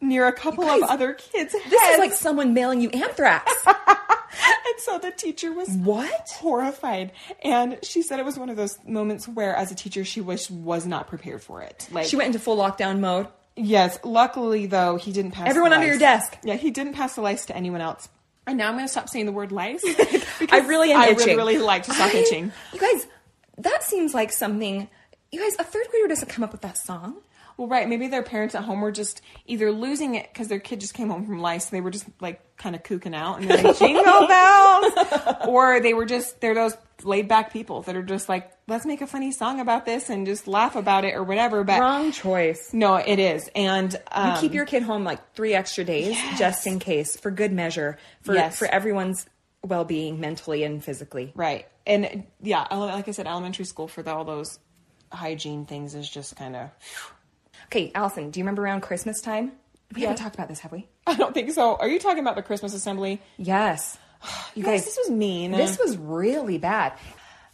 Speaker 2: near a couple
Speaker 3: You
Speaker 2: of
Speaker 3: guys,
Speaker 2: other kids' heads.
Speaker 3: This is like someone mailing
Speaker 2: [LAUGHS]
Speaker 3: you anthrax.
Speaker 2: and so the teacher was
Speaker 3: What?
Speaker 2: horrified. And she said it was one of those moments where, as a teacher, she was, was not prepared for it. Like
Speaker 3: she went into full lockdown mode.
Speaker 2: Yes. Luckily, though, he didn't pass
Speaker 3: Everyone
Speaker 2: the
Speaker 3: under your
Speaker 2: lice.
Speaker 3: desk.
Speaker 2: Yeah, he didn't pass the lice to anyone else. And now I'm going to stop saying the word
Speaker 3: [LAUGHS]
Speaker 2: lice.
Speaker 3: I really am
Speaker 2: I would
Speaker 3: itching.
Speaker 2: really like to stop
Speaker 3: I-
Speaker 2: itching.
Speaker 3: [GASPS] You guys, that seems like something. You guys, a third grader doesn't come up with that song.
Speaker 2: Well, right. Maybe their parents at home were just either losing it because their kid just came home from lice and they were just like kind of kooking out and they're like,
Speaker 3: [LAUGHS]
Speaker 2: jingle bells. or they were just, they're those laid back people that are just like, let's make a funny song about this and just laugh about it or whatever. But
Speaker 3: Wrong choice.
Speaker 2: no, it is. And um,
Speaker 3: you keep your kid home like three extra days just in case, for good measure, for
Speaker 2: Yes.
Speaker 3: for everyone's well being mentally and physically.
Speaker 2: Right. And yeah, ele- like I said, elementary school for the, all those hygiene things is just kind of.
Speaker 3: Okay, Allison, do you remember around Christmas time? We haven't
Speaker 2: Yeah.
Speaker 3: talked about this, have we?
Speaker 2: [LAUGHS] I don't think so. Are you talking about the Christmas assembly? [SIGHS]
Speaker 3: Yes. You
Speaker 2: Guys,
Speaker 3: guys,
Speaker 2: this was mean.
Speaker 3: This was really bad.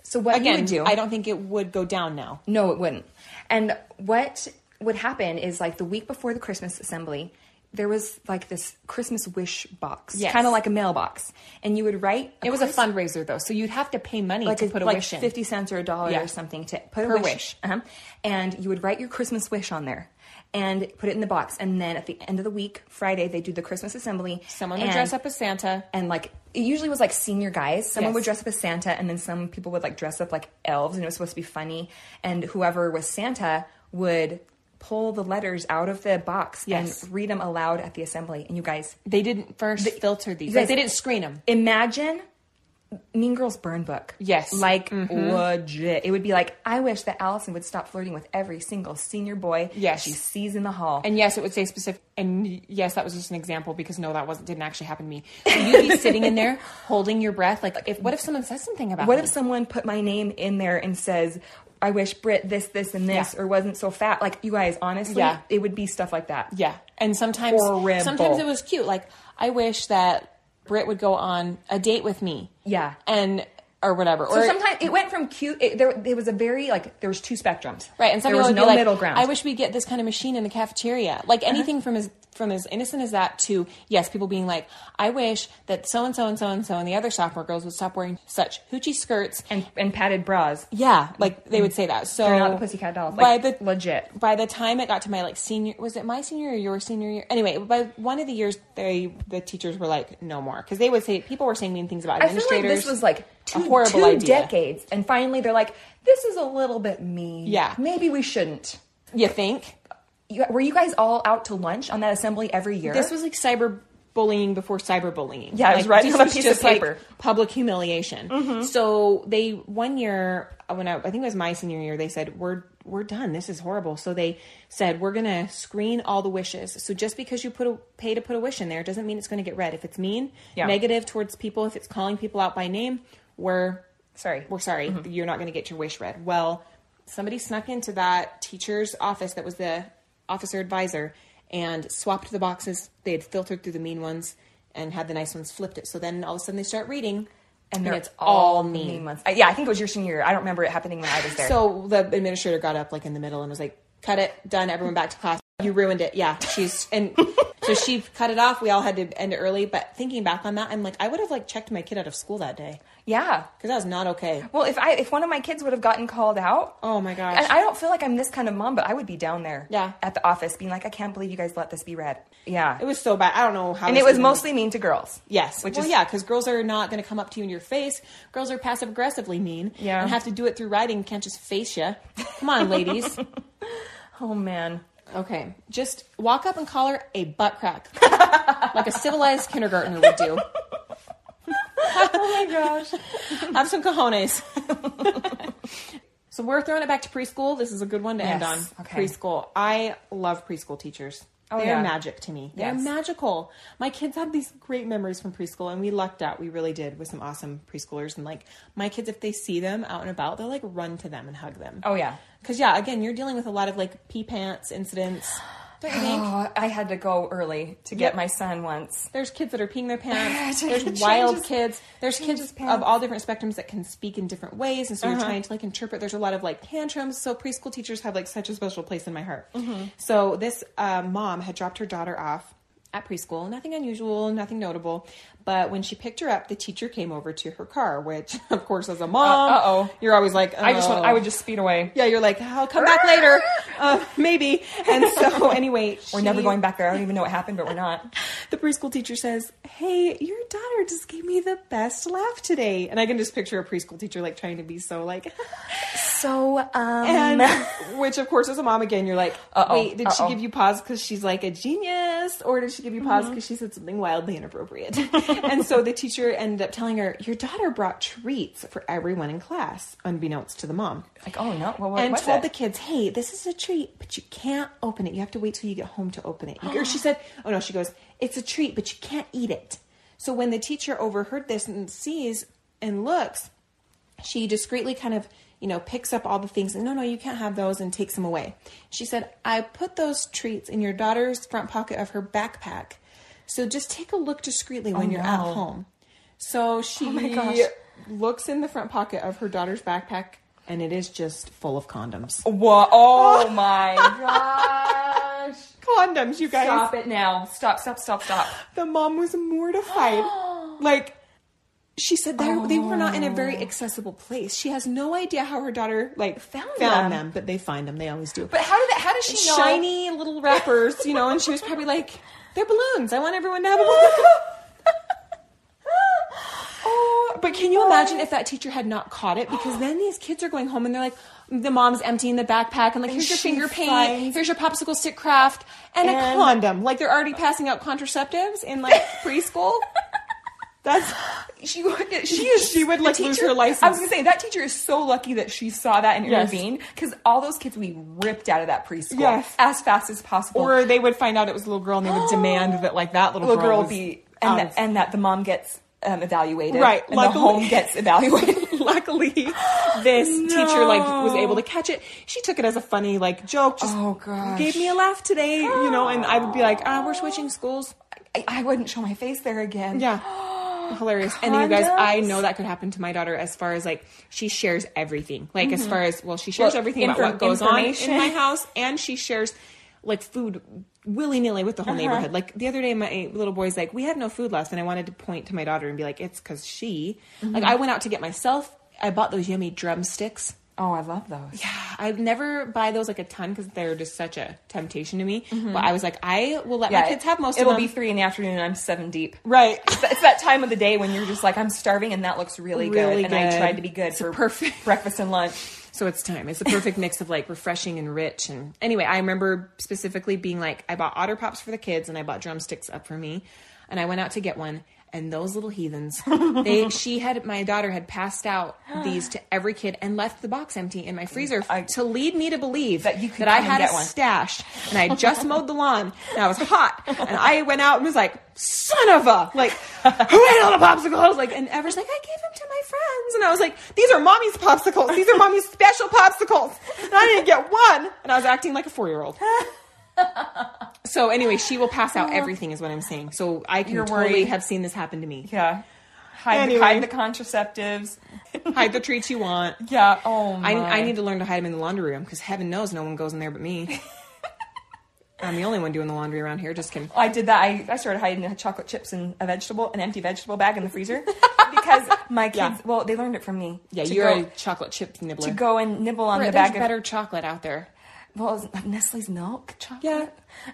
Speaker 3: So what you
Speaker 2: Again,
Speaker 3: would do?
Speaker 2: I don't think it would go down now.
Speaker 3: No, it wouldn't. And what would happen is like the week before the Christmas assembly, there was like this Christmas wish box,
Speaker 2: Yes.
Speaker 3: kind of like a mailbox, and you would write.
Speaker 2: It was a fundraiser though, so you'd have to pay money
Speaker 3: like
Speaker 2: to
Speaker 3: a,
Speaker 2: put a
Speaker 3: like
Speaker 2: wish in.
Speaker 3: fifty cents or a dollar
Speaker 2: Yeah.
Speaker 3: or something to put a
Speaker 2: Per
Speaker 3: wish,
Speaker 2: wish.
Speaker 3: Uh-huh. and you would write your Christmas wish on there and put it in the box. And then at the end of the week, Friday, they do the Christmas assembly.
Speaker 2: Someone would
Speaker 3: and-
Speaker 2: dress up as Santa.
Speaker 3: and like it usually was like senior guys. Someone
Speaker 2: Yes.
Speaker 3: would dress up as Santa, and then some people would like dress up like elves, and it was supposed to be funny. And whoever was Santa would pull the letters out of the box
Speaker 2: Yes.
Speaker 3: and read them aloud at the assembly. And you guys,
Speaker 2: They didn't first filter these.
Speaker 3: guys-
Speaker 2: like, they didn't screen them.
Speaker 3: imagine Mean Girls Burn Book.
Speaker 2: Yes. Mm-hmm.
Speaker 3: like legit. It would be like I wish that Allison would stop flirting with every single senior boy
Speaker 2: Yes.
Speaker 3: she sees in the hall.
Speaker 2: And yes, it would say specific. And yes, that was just an example because no, that wasn't didn't actually happen to me. So you'd be sitting in
Speaker 3: [LAUGHS]
Speaker 2: there holding your breath, like if what if someone says something about
Speaker 3: What
Speaker 2: me?
Speaker 3: if someone put my name in there and says, I wish Brit this, this, and this,
Speaker 2: Yeah.
Speaker 3: or wasn't so fat? Like, you guys, honestly,
Speaker 2: Yeah.
Speaker 3: it would be stuff like that.
Speaker 2: Yeah, and sometimes
Speaker 3: Horrible.
Speaker 2: sometimes it was cute. Like I wish that Britt would go on a date with me.
Speaker 3: Yeah.
Speaker 2: and
Speaker 3: or whatever.
Speaker 1: So
Speaker 3: or
Speaker 1: sometimes
Speaker 3: it went from cute. It, there, it was a very like there was two spectrums,
Speaker 2: Right, and some people
Speaker 3: there was
Speaker 2: would
Speaker 3: no
Speaker 2: be like,
Speaker 3: middle ground. Uh-huh.
Speaker 2: "I wish we get this kind of machine in the cafeteria." Like anything from as from as innocent as that to yes, people being like, "I wish that so and so and so and so and the other sophomore girls would stop wearing such hoochie skirts."
Speaker 3: and and padded bras.
Speaker 2: Yeah, like they would say that. So
Speaker 3: Mm-hmm. They're not the Pussycat Dolls, like,
Speaker 2: by the
Speaker 3: legit.
Speaker 2: By the time it got to my like senior, was it my senior or your senior year? Anyway, by one of the years, they the teachers were like, "No more," because they would say people were saying mean things about
Speaker 3: I feel like
Speaker 2: administrators.
Speaker 3: this was like
Speaker 2: a
Speaker 3: two,
Speaker 2: horrible
Speaker 3: two
Speaker 2: idea.
Speaker 3: decades, and finally they're like, this is a little bit mean.
Speaker 2: Yeah.
Speaker 3: maybe we shouldn't.
Speaker 2: You think
Speaker 3: You, were you guys all out to lunch on that assembly every year?
Speaker 2: This was like cyber bullying before cyberbullying.
Speaker 3: Yeah, I was
Speaker 2: like,
Speaker 3: writing
Speaker 2: this
Speaker 3: on a
Speaker 2: was
Speaker 3: piece
Speaker 2: just
Speaker 3: of
Speaker 2: like
Speaker 3: paper. Mm-hmm.
Speaker 2: public humiliation. So they one year when I, I think it was my senior year, they said we're we're done. This is horrible. So they said we're gonna screen all the wishes. So just because you put a pay to put a wish in there doesn't mean it's gonna get read. If it's mean,
Speaker 3: Yeah.
Speaker 2: negative towards people, if it's calling people out by name, we're
Speaker 3: Sorry. Mm-hmm.
Speaker 2: we're sorry, you're not going to get your wish read. Well, somebody snuck into that teacher's office that was the officer advisor and swapped the boxes. They had filtered through the mean ones and had the nice ones flipped it. So then all of a sudden they start reading and,
Speaker 3: they're
Speaker 2: it's all
Speaker 3: the
Speaker 2: mean.
Speaker 3: ones. I- Uh, yeah, I think it was your senior year. I don't remember it happening when I was there.
Speaker 2: So the administrator got up like in the middle and was like, "Cut it, done. Everyone back to class. You ruined it." Yeah, she's
Speaker 3: [LAUGHS]
Speaker 2: and so she cut it off. We all had to end it early. But thinking back on that, I'm like, I would have like checked my kid out of school that day
Speaker 3: yeah.
Speaker 2: because that was not okay.
Speaker 3: Well, if I if one of my kids would have gotten called out,
Speaker 2: Oh my gosh.
Speaker 3: And I don't feel like I'm this kind of mom, but I would be down there,
Speaker 2: Yeah.
Speaker 3: at the office, being like, I can't believe you guys let this be read. Yeah,
Speaker 2: It was so bad. I don't know how.
Speaker 3: and
Speaker 2: this
Speaker 3: it was
Speaker 2: even-
Speaker 3: mostly mean to girls.
Speaker 2: yes,
Speaker 3: which
Speaker 2: which well,
Speaker 3: is
Speaker 2: yeah, because girls are not going to come up to you in your face. Girls are passive aggressively mean.
Speaker 3: Yeah.
Speaker 2: and have to do it through writing. Can't just face you. Come on,
Speaker 3: [LAUGHS]
Speaker 2: ladies.
Speaker 3: Oh man,
Speaker 2: Okay, just walk up and call her a butt crack, [LAUGHS] like a civilized kindergartner would do.
Speaker 3: [LAUGHS] oh my gosh.
Speaker 2: Have some cojones. [LAUGHS] so we're throwing it back to preschool. This is a good one to end on.
Speaker 3: Yes, okay.
Speaker 2: Preschool. I love preschool teachers.
Speaker 3: Oh,
Speaker 2: They're
Speaker 3: yeah.
Speaker 2: magic to me. They're
Speaker 3: Yes.
Speaker 2: magical. My kids have these great memories from preschool, and we lucked out. We really did with some awesome preschoolers. And like my kids, if they see them out and about, they'll like run to them and hug them.
Speaker 3: Oh, yeah.
Speaker 2: Because yeah, again, you're dealing with a lot of like pee pants
Speaker 3: [SIGHS]
Speaker 2: incidents. Don't you think?
Speaker 3: Oh, I had to go early to get
Speaker 2: Yep.
Speaker 3: my son once.
Speaker 2: There's kids that are peeing
Speaker 3: [SIGHS]
Speaker 2: their pants.
Speaker 3: It
Speaker 2: There's
Speaker 3: changes-
Speaker 2: wild kids. There's kids
Speaker 3: changes Uh-huh. pants.
Speaker 2: of all different spectrums that can speak in different ways, and so you're trying to like interpret. There's a lot of like tantrums. So preschool teachers have like such a special place in my heart.
Speaker 3: Mm-hmm.
Speaker 2: So this uh, mom had dropped her daughter off at preschool. Nothing unusual. Nothing notable. But when she picked her up, the teacher came over to her car, which [LAUGHS] of course, as a mom,
Speaker 3: Uh-oh.
Speaker 2: you're always like,
Speaker 3: I just want, I
Speaker 2: "Oh."
Speaker 3: would just
Speaker 2: [LAUGHS]
Speaker 3: speed away.
Speaker 2: Yeah, you're like, I'll come back
Speaker 3: [LAUGHS]
Speaker 2: later, uh, maybe. And so, [LAUGHS] anyway,
Speaker 3: We're never going back there. I don't even know what happened, but we're not.
Speaker 2: the preschool teacher says, "Hey, your daughter just gave me the best laugh today," and I can just picture a preschool teacher like trying to be so like, [LAUGHS]
Speaker 3: So um,
Speaker 2: and which of course as a mom again, you're like,
Speaker 3: Uh-oh,
Speaker 2: "Wait, did
Speaker 3: uh-oh.
Speaker 2: she give you pause because she's like a genius, or did she give you
Speaker 3: Mm-hmm.
Speaker 2: pause because she said something wildly inappropriate?" [LAUGHS] and so the teacher ended up telling her, "Your daughter brought treats for everyone in class, unbeknownst to the mom."
Speaker 3: like, oh no, well, what
Speaker 2: and
Speaker 3: was
Speaker 2: told
Speaker 3: it?
Speaker 2: the kids, "Hey, this is a treat, but you can't open it. You have to wait till you get home to open it." or
Speaker 3: [GASPS]
Speaker 2: she said, "Oh no," she goes, "It's a treat, but you can't eat it." So when the teacher overheard this and sees and looks, she discreetly kind of you know picks up all the things and no no you can't have those and takes them away she said i put those treats in your daughter's front pocket of her backpack so just take a look discreetly when you're at
Speaker 3: Oh, no.
Speaker 2: home so she
Speaker 3: my gosh.
Speaker 2: looks in the front pocket of her daughter's backpack and it is just full of condoms
Speaker 3: Wha- [LAUGHS] oh my gosh!
Speaker 2: condoms you guys
Speaker 3: Stop it now! Stop! Stop! Stop! Stop!
Speaker 2: the mom was [GASPS] mortified like she said they they were not in a very accessible place. She has no idea how her daughter like
Speaker 3: Found them.
Speaker 2: found them, but they find them. They always do.
Speaker 3: But how did that? How does she know?
Speaker 2: shiny little wrappers, you know, and she was probably like, they're balloons. I want everyone to have a
Speaker 3: [LAUGHS]
Speaker 2: balloon.
Speaker 3: Oh,
Speaker 2: But can you imagine if that teacher had not caught it? Because then these kids are going home and they're like, the mom's emptying the backpack and like, here's your
Speaker 3: she
Speaker 2: finger paint,
Speaker 3: finds-
Speaker 2: here's your popsicle stick craft, and,
Speaker 3: And-
Speaker 2: a condom. Like they're already passing out contraceptives in
Speaker 3: [LAUGHS]
Speaker 2: like preschool. That's
Speaker 3: she would- [LAUGHS] she
Speaker 2: She-
Speaker 3: is
Speaker 2: she would,
Speaker 3: the
Speaker 2: like, lose her license.
Speaker 3: I was gonna say that teacher is so lucky that she saw that and
Speaker 2: Yes.
Speaker 3: intervened because all those kids we ripped out of that preschool
Speaker 2: Yes.
Speaker 3: as fast as possible.
Speaker 2: or they would find out it was a little girl and they
Speaker 3: [GASPS]
Speaker 2: would demand that like that little,
Speaker 3: little girl
Speaker 2: was
Speaker 3: be
Speaker 2: out
Speaker 3: and
Speaker 2: of-
Speaker 3: that, and that the mom gets um, evaluated,
Speaker 2: Right,
Speaker 3: And
Speaker 2: luckily-
Speaker 3: the home gets [LAUGHS] evaluated.
Speaker 2: [LAUGHS] Luckily, this teacher like was
Speaker 3: No.
Speaker 2: able to catch it. She took it as a funny like joke. Just
Speaker 3: Oh, gosh.
Speaker 2: gave me a laugh today, you know. And I would be like, ah, we're switching schools.
Speaker 3: I, I wouldn't show my face there again.
Speaker 2: Yeah,
Speaker 3: [GASPS]
Speaker 2: hilarious. And then you guys, I
Speaker 3: Condoms?
Speaker 2: know that could happen to my daughter as far as like she shares everything. Like as far as well, she shares
Speaker 3: Mm-hmm. Well,
Speaker 2: everything about
Speaker 3: inform-
Speaker 2: what goes on in
Speaker 3: information.
Speaker 2: my house, and she shares like food willy nilly with the
Speaker 3: Uh-huh.
Speaker 2: whole neighborhood. Like the other day, my little boy's like, "We had no food left," and I wanted to point to my daughter and be like, "It's because she."
Speaker 3: Mm-hmm.
Speaker 2: Like I went out to get myself. I bought those yummy drumsticks.
Speaker 3: Oh, I love those.
Speaker 2: I never buy those like a ton because they're just such a temptation to me. But I was like, I will let my kids have most
Speaker 3: Mm-hmm. It'll
Speaker 2: of them.
Speaker 3: be three in the afternoon and I'm seven deep.
Speaker 2: right. [LAUGHS]
Speaker 3: It's that- it's that time of the day when you're just like, I'm starving and that looks really,
Speaker 2: Really
Speaker 3: good. And
Speaker 2: good.
Speaker 3: I tried to be good
Speaker 2: It's
Speaker 3: for
Speaker 2: perfect.
Speaker 3: breakfast and lunch.
Speaker 2: So it's time. It's the perfect mix of like refreshing and rich. And anyway, I remember specifically being like, I bought otter pops for the kids and I bought drumsticks up for me. And I went out to get one. And those little heathens,
Speaker 3: [LAUGHS]
Speaker 2: they, she had, my daughter had passed out these to every kid and left the box empty in my freezer
Speaker 3: I-
Speaker 2: to lead me to believe
Speaker 3: That you could
Speaker 2: that I
Speaker 3: come and
Speaker 2: had a
Speaker 3: get one.
Speaker 2: stash and I had just mowed the lawn and
Speaker 3: [LAUGHS]
Speaker 2: I was hot and I went out and was like, son of a, like, who ate all the popsicles? Like, and Ever's like, I gave them to my friends. And I was like, these are mommy's popsicles. These are mommy's special popsicles. And I didn't get one. And I was acting like a four year
Speaker 3: [LAUGHS]
Speaker 2: old. So anyway, she will pass out everything is what I'm saying. So I can
Speaker 3: Oh. You're
Speaker 2: totally
Speaker 3: worried.
Speaker 2: have seen this happen to me.
Speaker 3: Yeah. Hide,
Speaker 2: Anyway.
Speaker 3: the, hide the contraceptives.
Speaker 2: Hide the treats you want.
Speaker 3: Yeah. Oh, my.
Speaker 2: I, I need to learn to hide them in the laundry room because heaven knows no one goes in there but
Speaker 3: [LAUGHS]
Speaker 2: me. I'm the only one doing the laundry around here. Just kidding.
Speaker 3: I did that. I, I started hiding the chocolate chips in a vegetable, an empty vegetable bag in the freezer [LAUGHS] because my kids,
Speaker 2: Yeah.
Speaker 3: well, they learned it from me.
Speaker 2: Yeah,
Speaker 3: to
Speaker 2: you're
Speaker 3: go,
Speaker 2: a chocolate chip nibbler.
Speaker 3: to go and nibble on
Speaker 2: Right,
Speaker 3: the
Speaker 2: there's
Speaker 3: bag of
Speaker 2: better chocolate out there.
Speaker 3: well, it's like Nestle's milk chocolate.
Speaker 2: Yeah.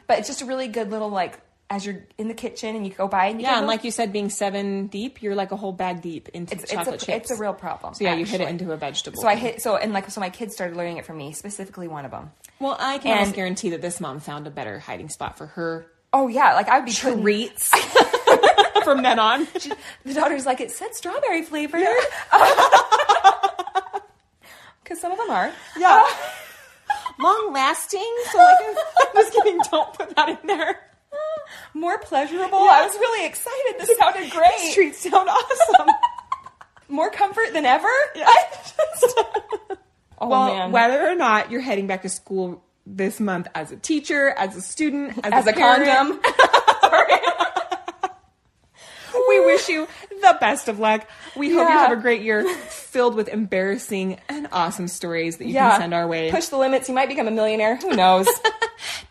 Speaker 3: But it's just a really good little like as you're in the kitchen and you go by and you
Speaker 2: Yeah,
Speaker 3: get
Speaker 2: and
Speaker 3: a
Speaker 2: like you said, being seven deep, you're like a whole bag deep into
Speaker 3: It's- it's a-
Speaker 2: chocolate chips.
Speaker 3: it's a real problem,
Speaker 2: So yeah, you hit it
Speaker 3: actually.
Speaker 2: into a vegetable.
Speaker 3: So I hit so and like so my kids started learning it from me, specifically one of them.
Speaker 2: Well, I can almost
Speaker 3: and-
Speaker 2: guarantee that this mom found a better hiding spot for her
Speaker 3: Oh yeah, like I would be putting-
Speaker 2: treats [LAUGHS] from then
Speaker 3: [LAUGHS]
Speaker 2: on.
Speaker 3: the daughter's like it said strawberry flavored. [LAUGHS] Cuz some of them are.
Speaker 2: Yeah. [LAUGHS] Long lasting. So I can, I'm just kidding. Don't put that in there.
Speaker 3: More pleasurable.
Speaker 2: Yeah.
Speaker 3: I was really excited. This sounded great.
Speaker 2: These treats sound awesome.
Speaker 3: More comfort than ever?
Speaker 2: [LAUGHS]
Speaker 3: [LAUGHS] oh
Speaker 2: well,
Speaker 3: man.
Speaker 2: whether or not you're heading back to school this month as a teacher, as a student, as,
Speaker 3: as a
Speaker 2: parent,
Speaker 3: condom.
Speaker 2: we wish you the best of luck. We hope you
Speaker 3: Yeah.
Speaker 2: have a great year filled with embarrassing and awesome stories that you
Speaker 3: Yeah.
Speaker 2: can send our way.
Speaker 3: Push the limits. You might become a millionaire. Who
Speaker 2: [LAUGHS]
Speaker 3: knows?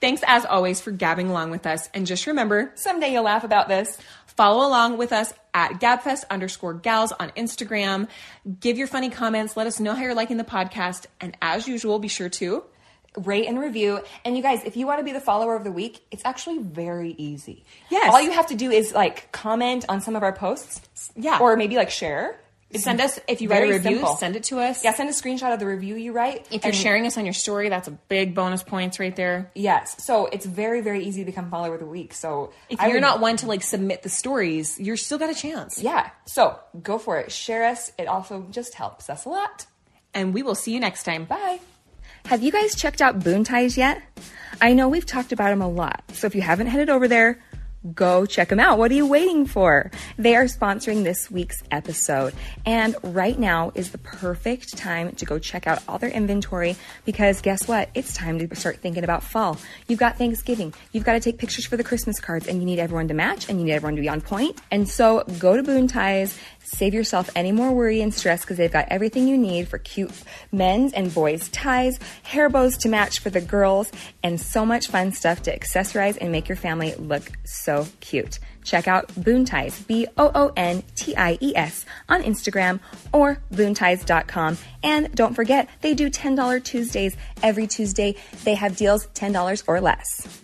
Speaker 2: Thanks as always for gabbing along with us. And just remember,
Speaker 3: Someday you'll laugh about this.
Speaker 2: follow along with us at gabfest underscore gals on Instagram. Give your funny comments. Let us know how you're liking the podcast. And as usual, be sure to
Speaker 3: rate and review. And you guys, if you want to be the follower of the week, it's actually very easy.
Speaker 2: Yes.
Speaker 3: All you have to do is like comment on some of our posts.
Speaker 2: Yeah.
Speaker 3: Or maybe like share.
Speaker 2: send us, if you write
Speaker 3: Very
Speaker 2: a review,
Speaker 3: simple.
Speaker 2: send it to us.
Speaker 3: Yeah, send a screenshot of the review you write.
Speaker 2: If you're
Speaker 3: And-
Speaker 2: sharing us on your story, that's a big bonus points right there.
Speaker 3: Yes. So it's very, very easy to become follower of the week. So
Speaker 2: If
Speaker 3: I
Speaker 2: you're
Speaker 3: would-
Speaker 2: not one to like submit the stories, you're still got a chance.
Speaker 3: Yeah. So go for it. Share us. It also just helps us a lot.
Speaker 2: And we will see you next time.
Speaker 3: Bye. Have you guys checked out Boon Ties yet? I know we've talked about them a lot, so if you haven't headed over there, go check them out. What are you waiting for? They are sponsoring this week's episode, and right now is the perfect time to go check out all their inventory because guess what? It's time to start thinking about fall. You've got Thanksgiving, you've got to take pictures for the Christmas cards, and you need everyone to match, and you need everyone to be on point. And so go to Boon Ties. Save yourself any more worry and stress because they've got everything you need for cute men's and boys' ties, hair bows to match for the girls, and so much fun stuff to accessorize and make your family look so cute. Check out Boon Ties, B O O N T I E S, on Instagram or boonties.com. And don't forget, they do $10 Tuesdays every Tuesday. They have deals $10 or less.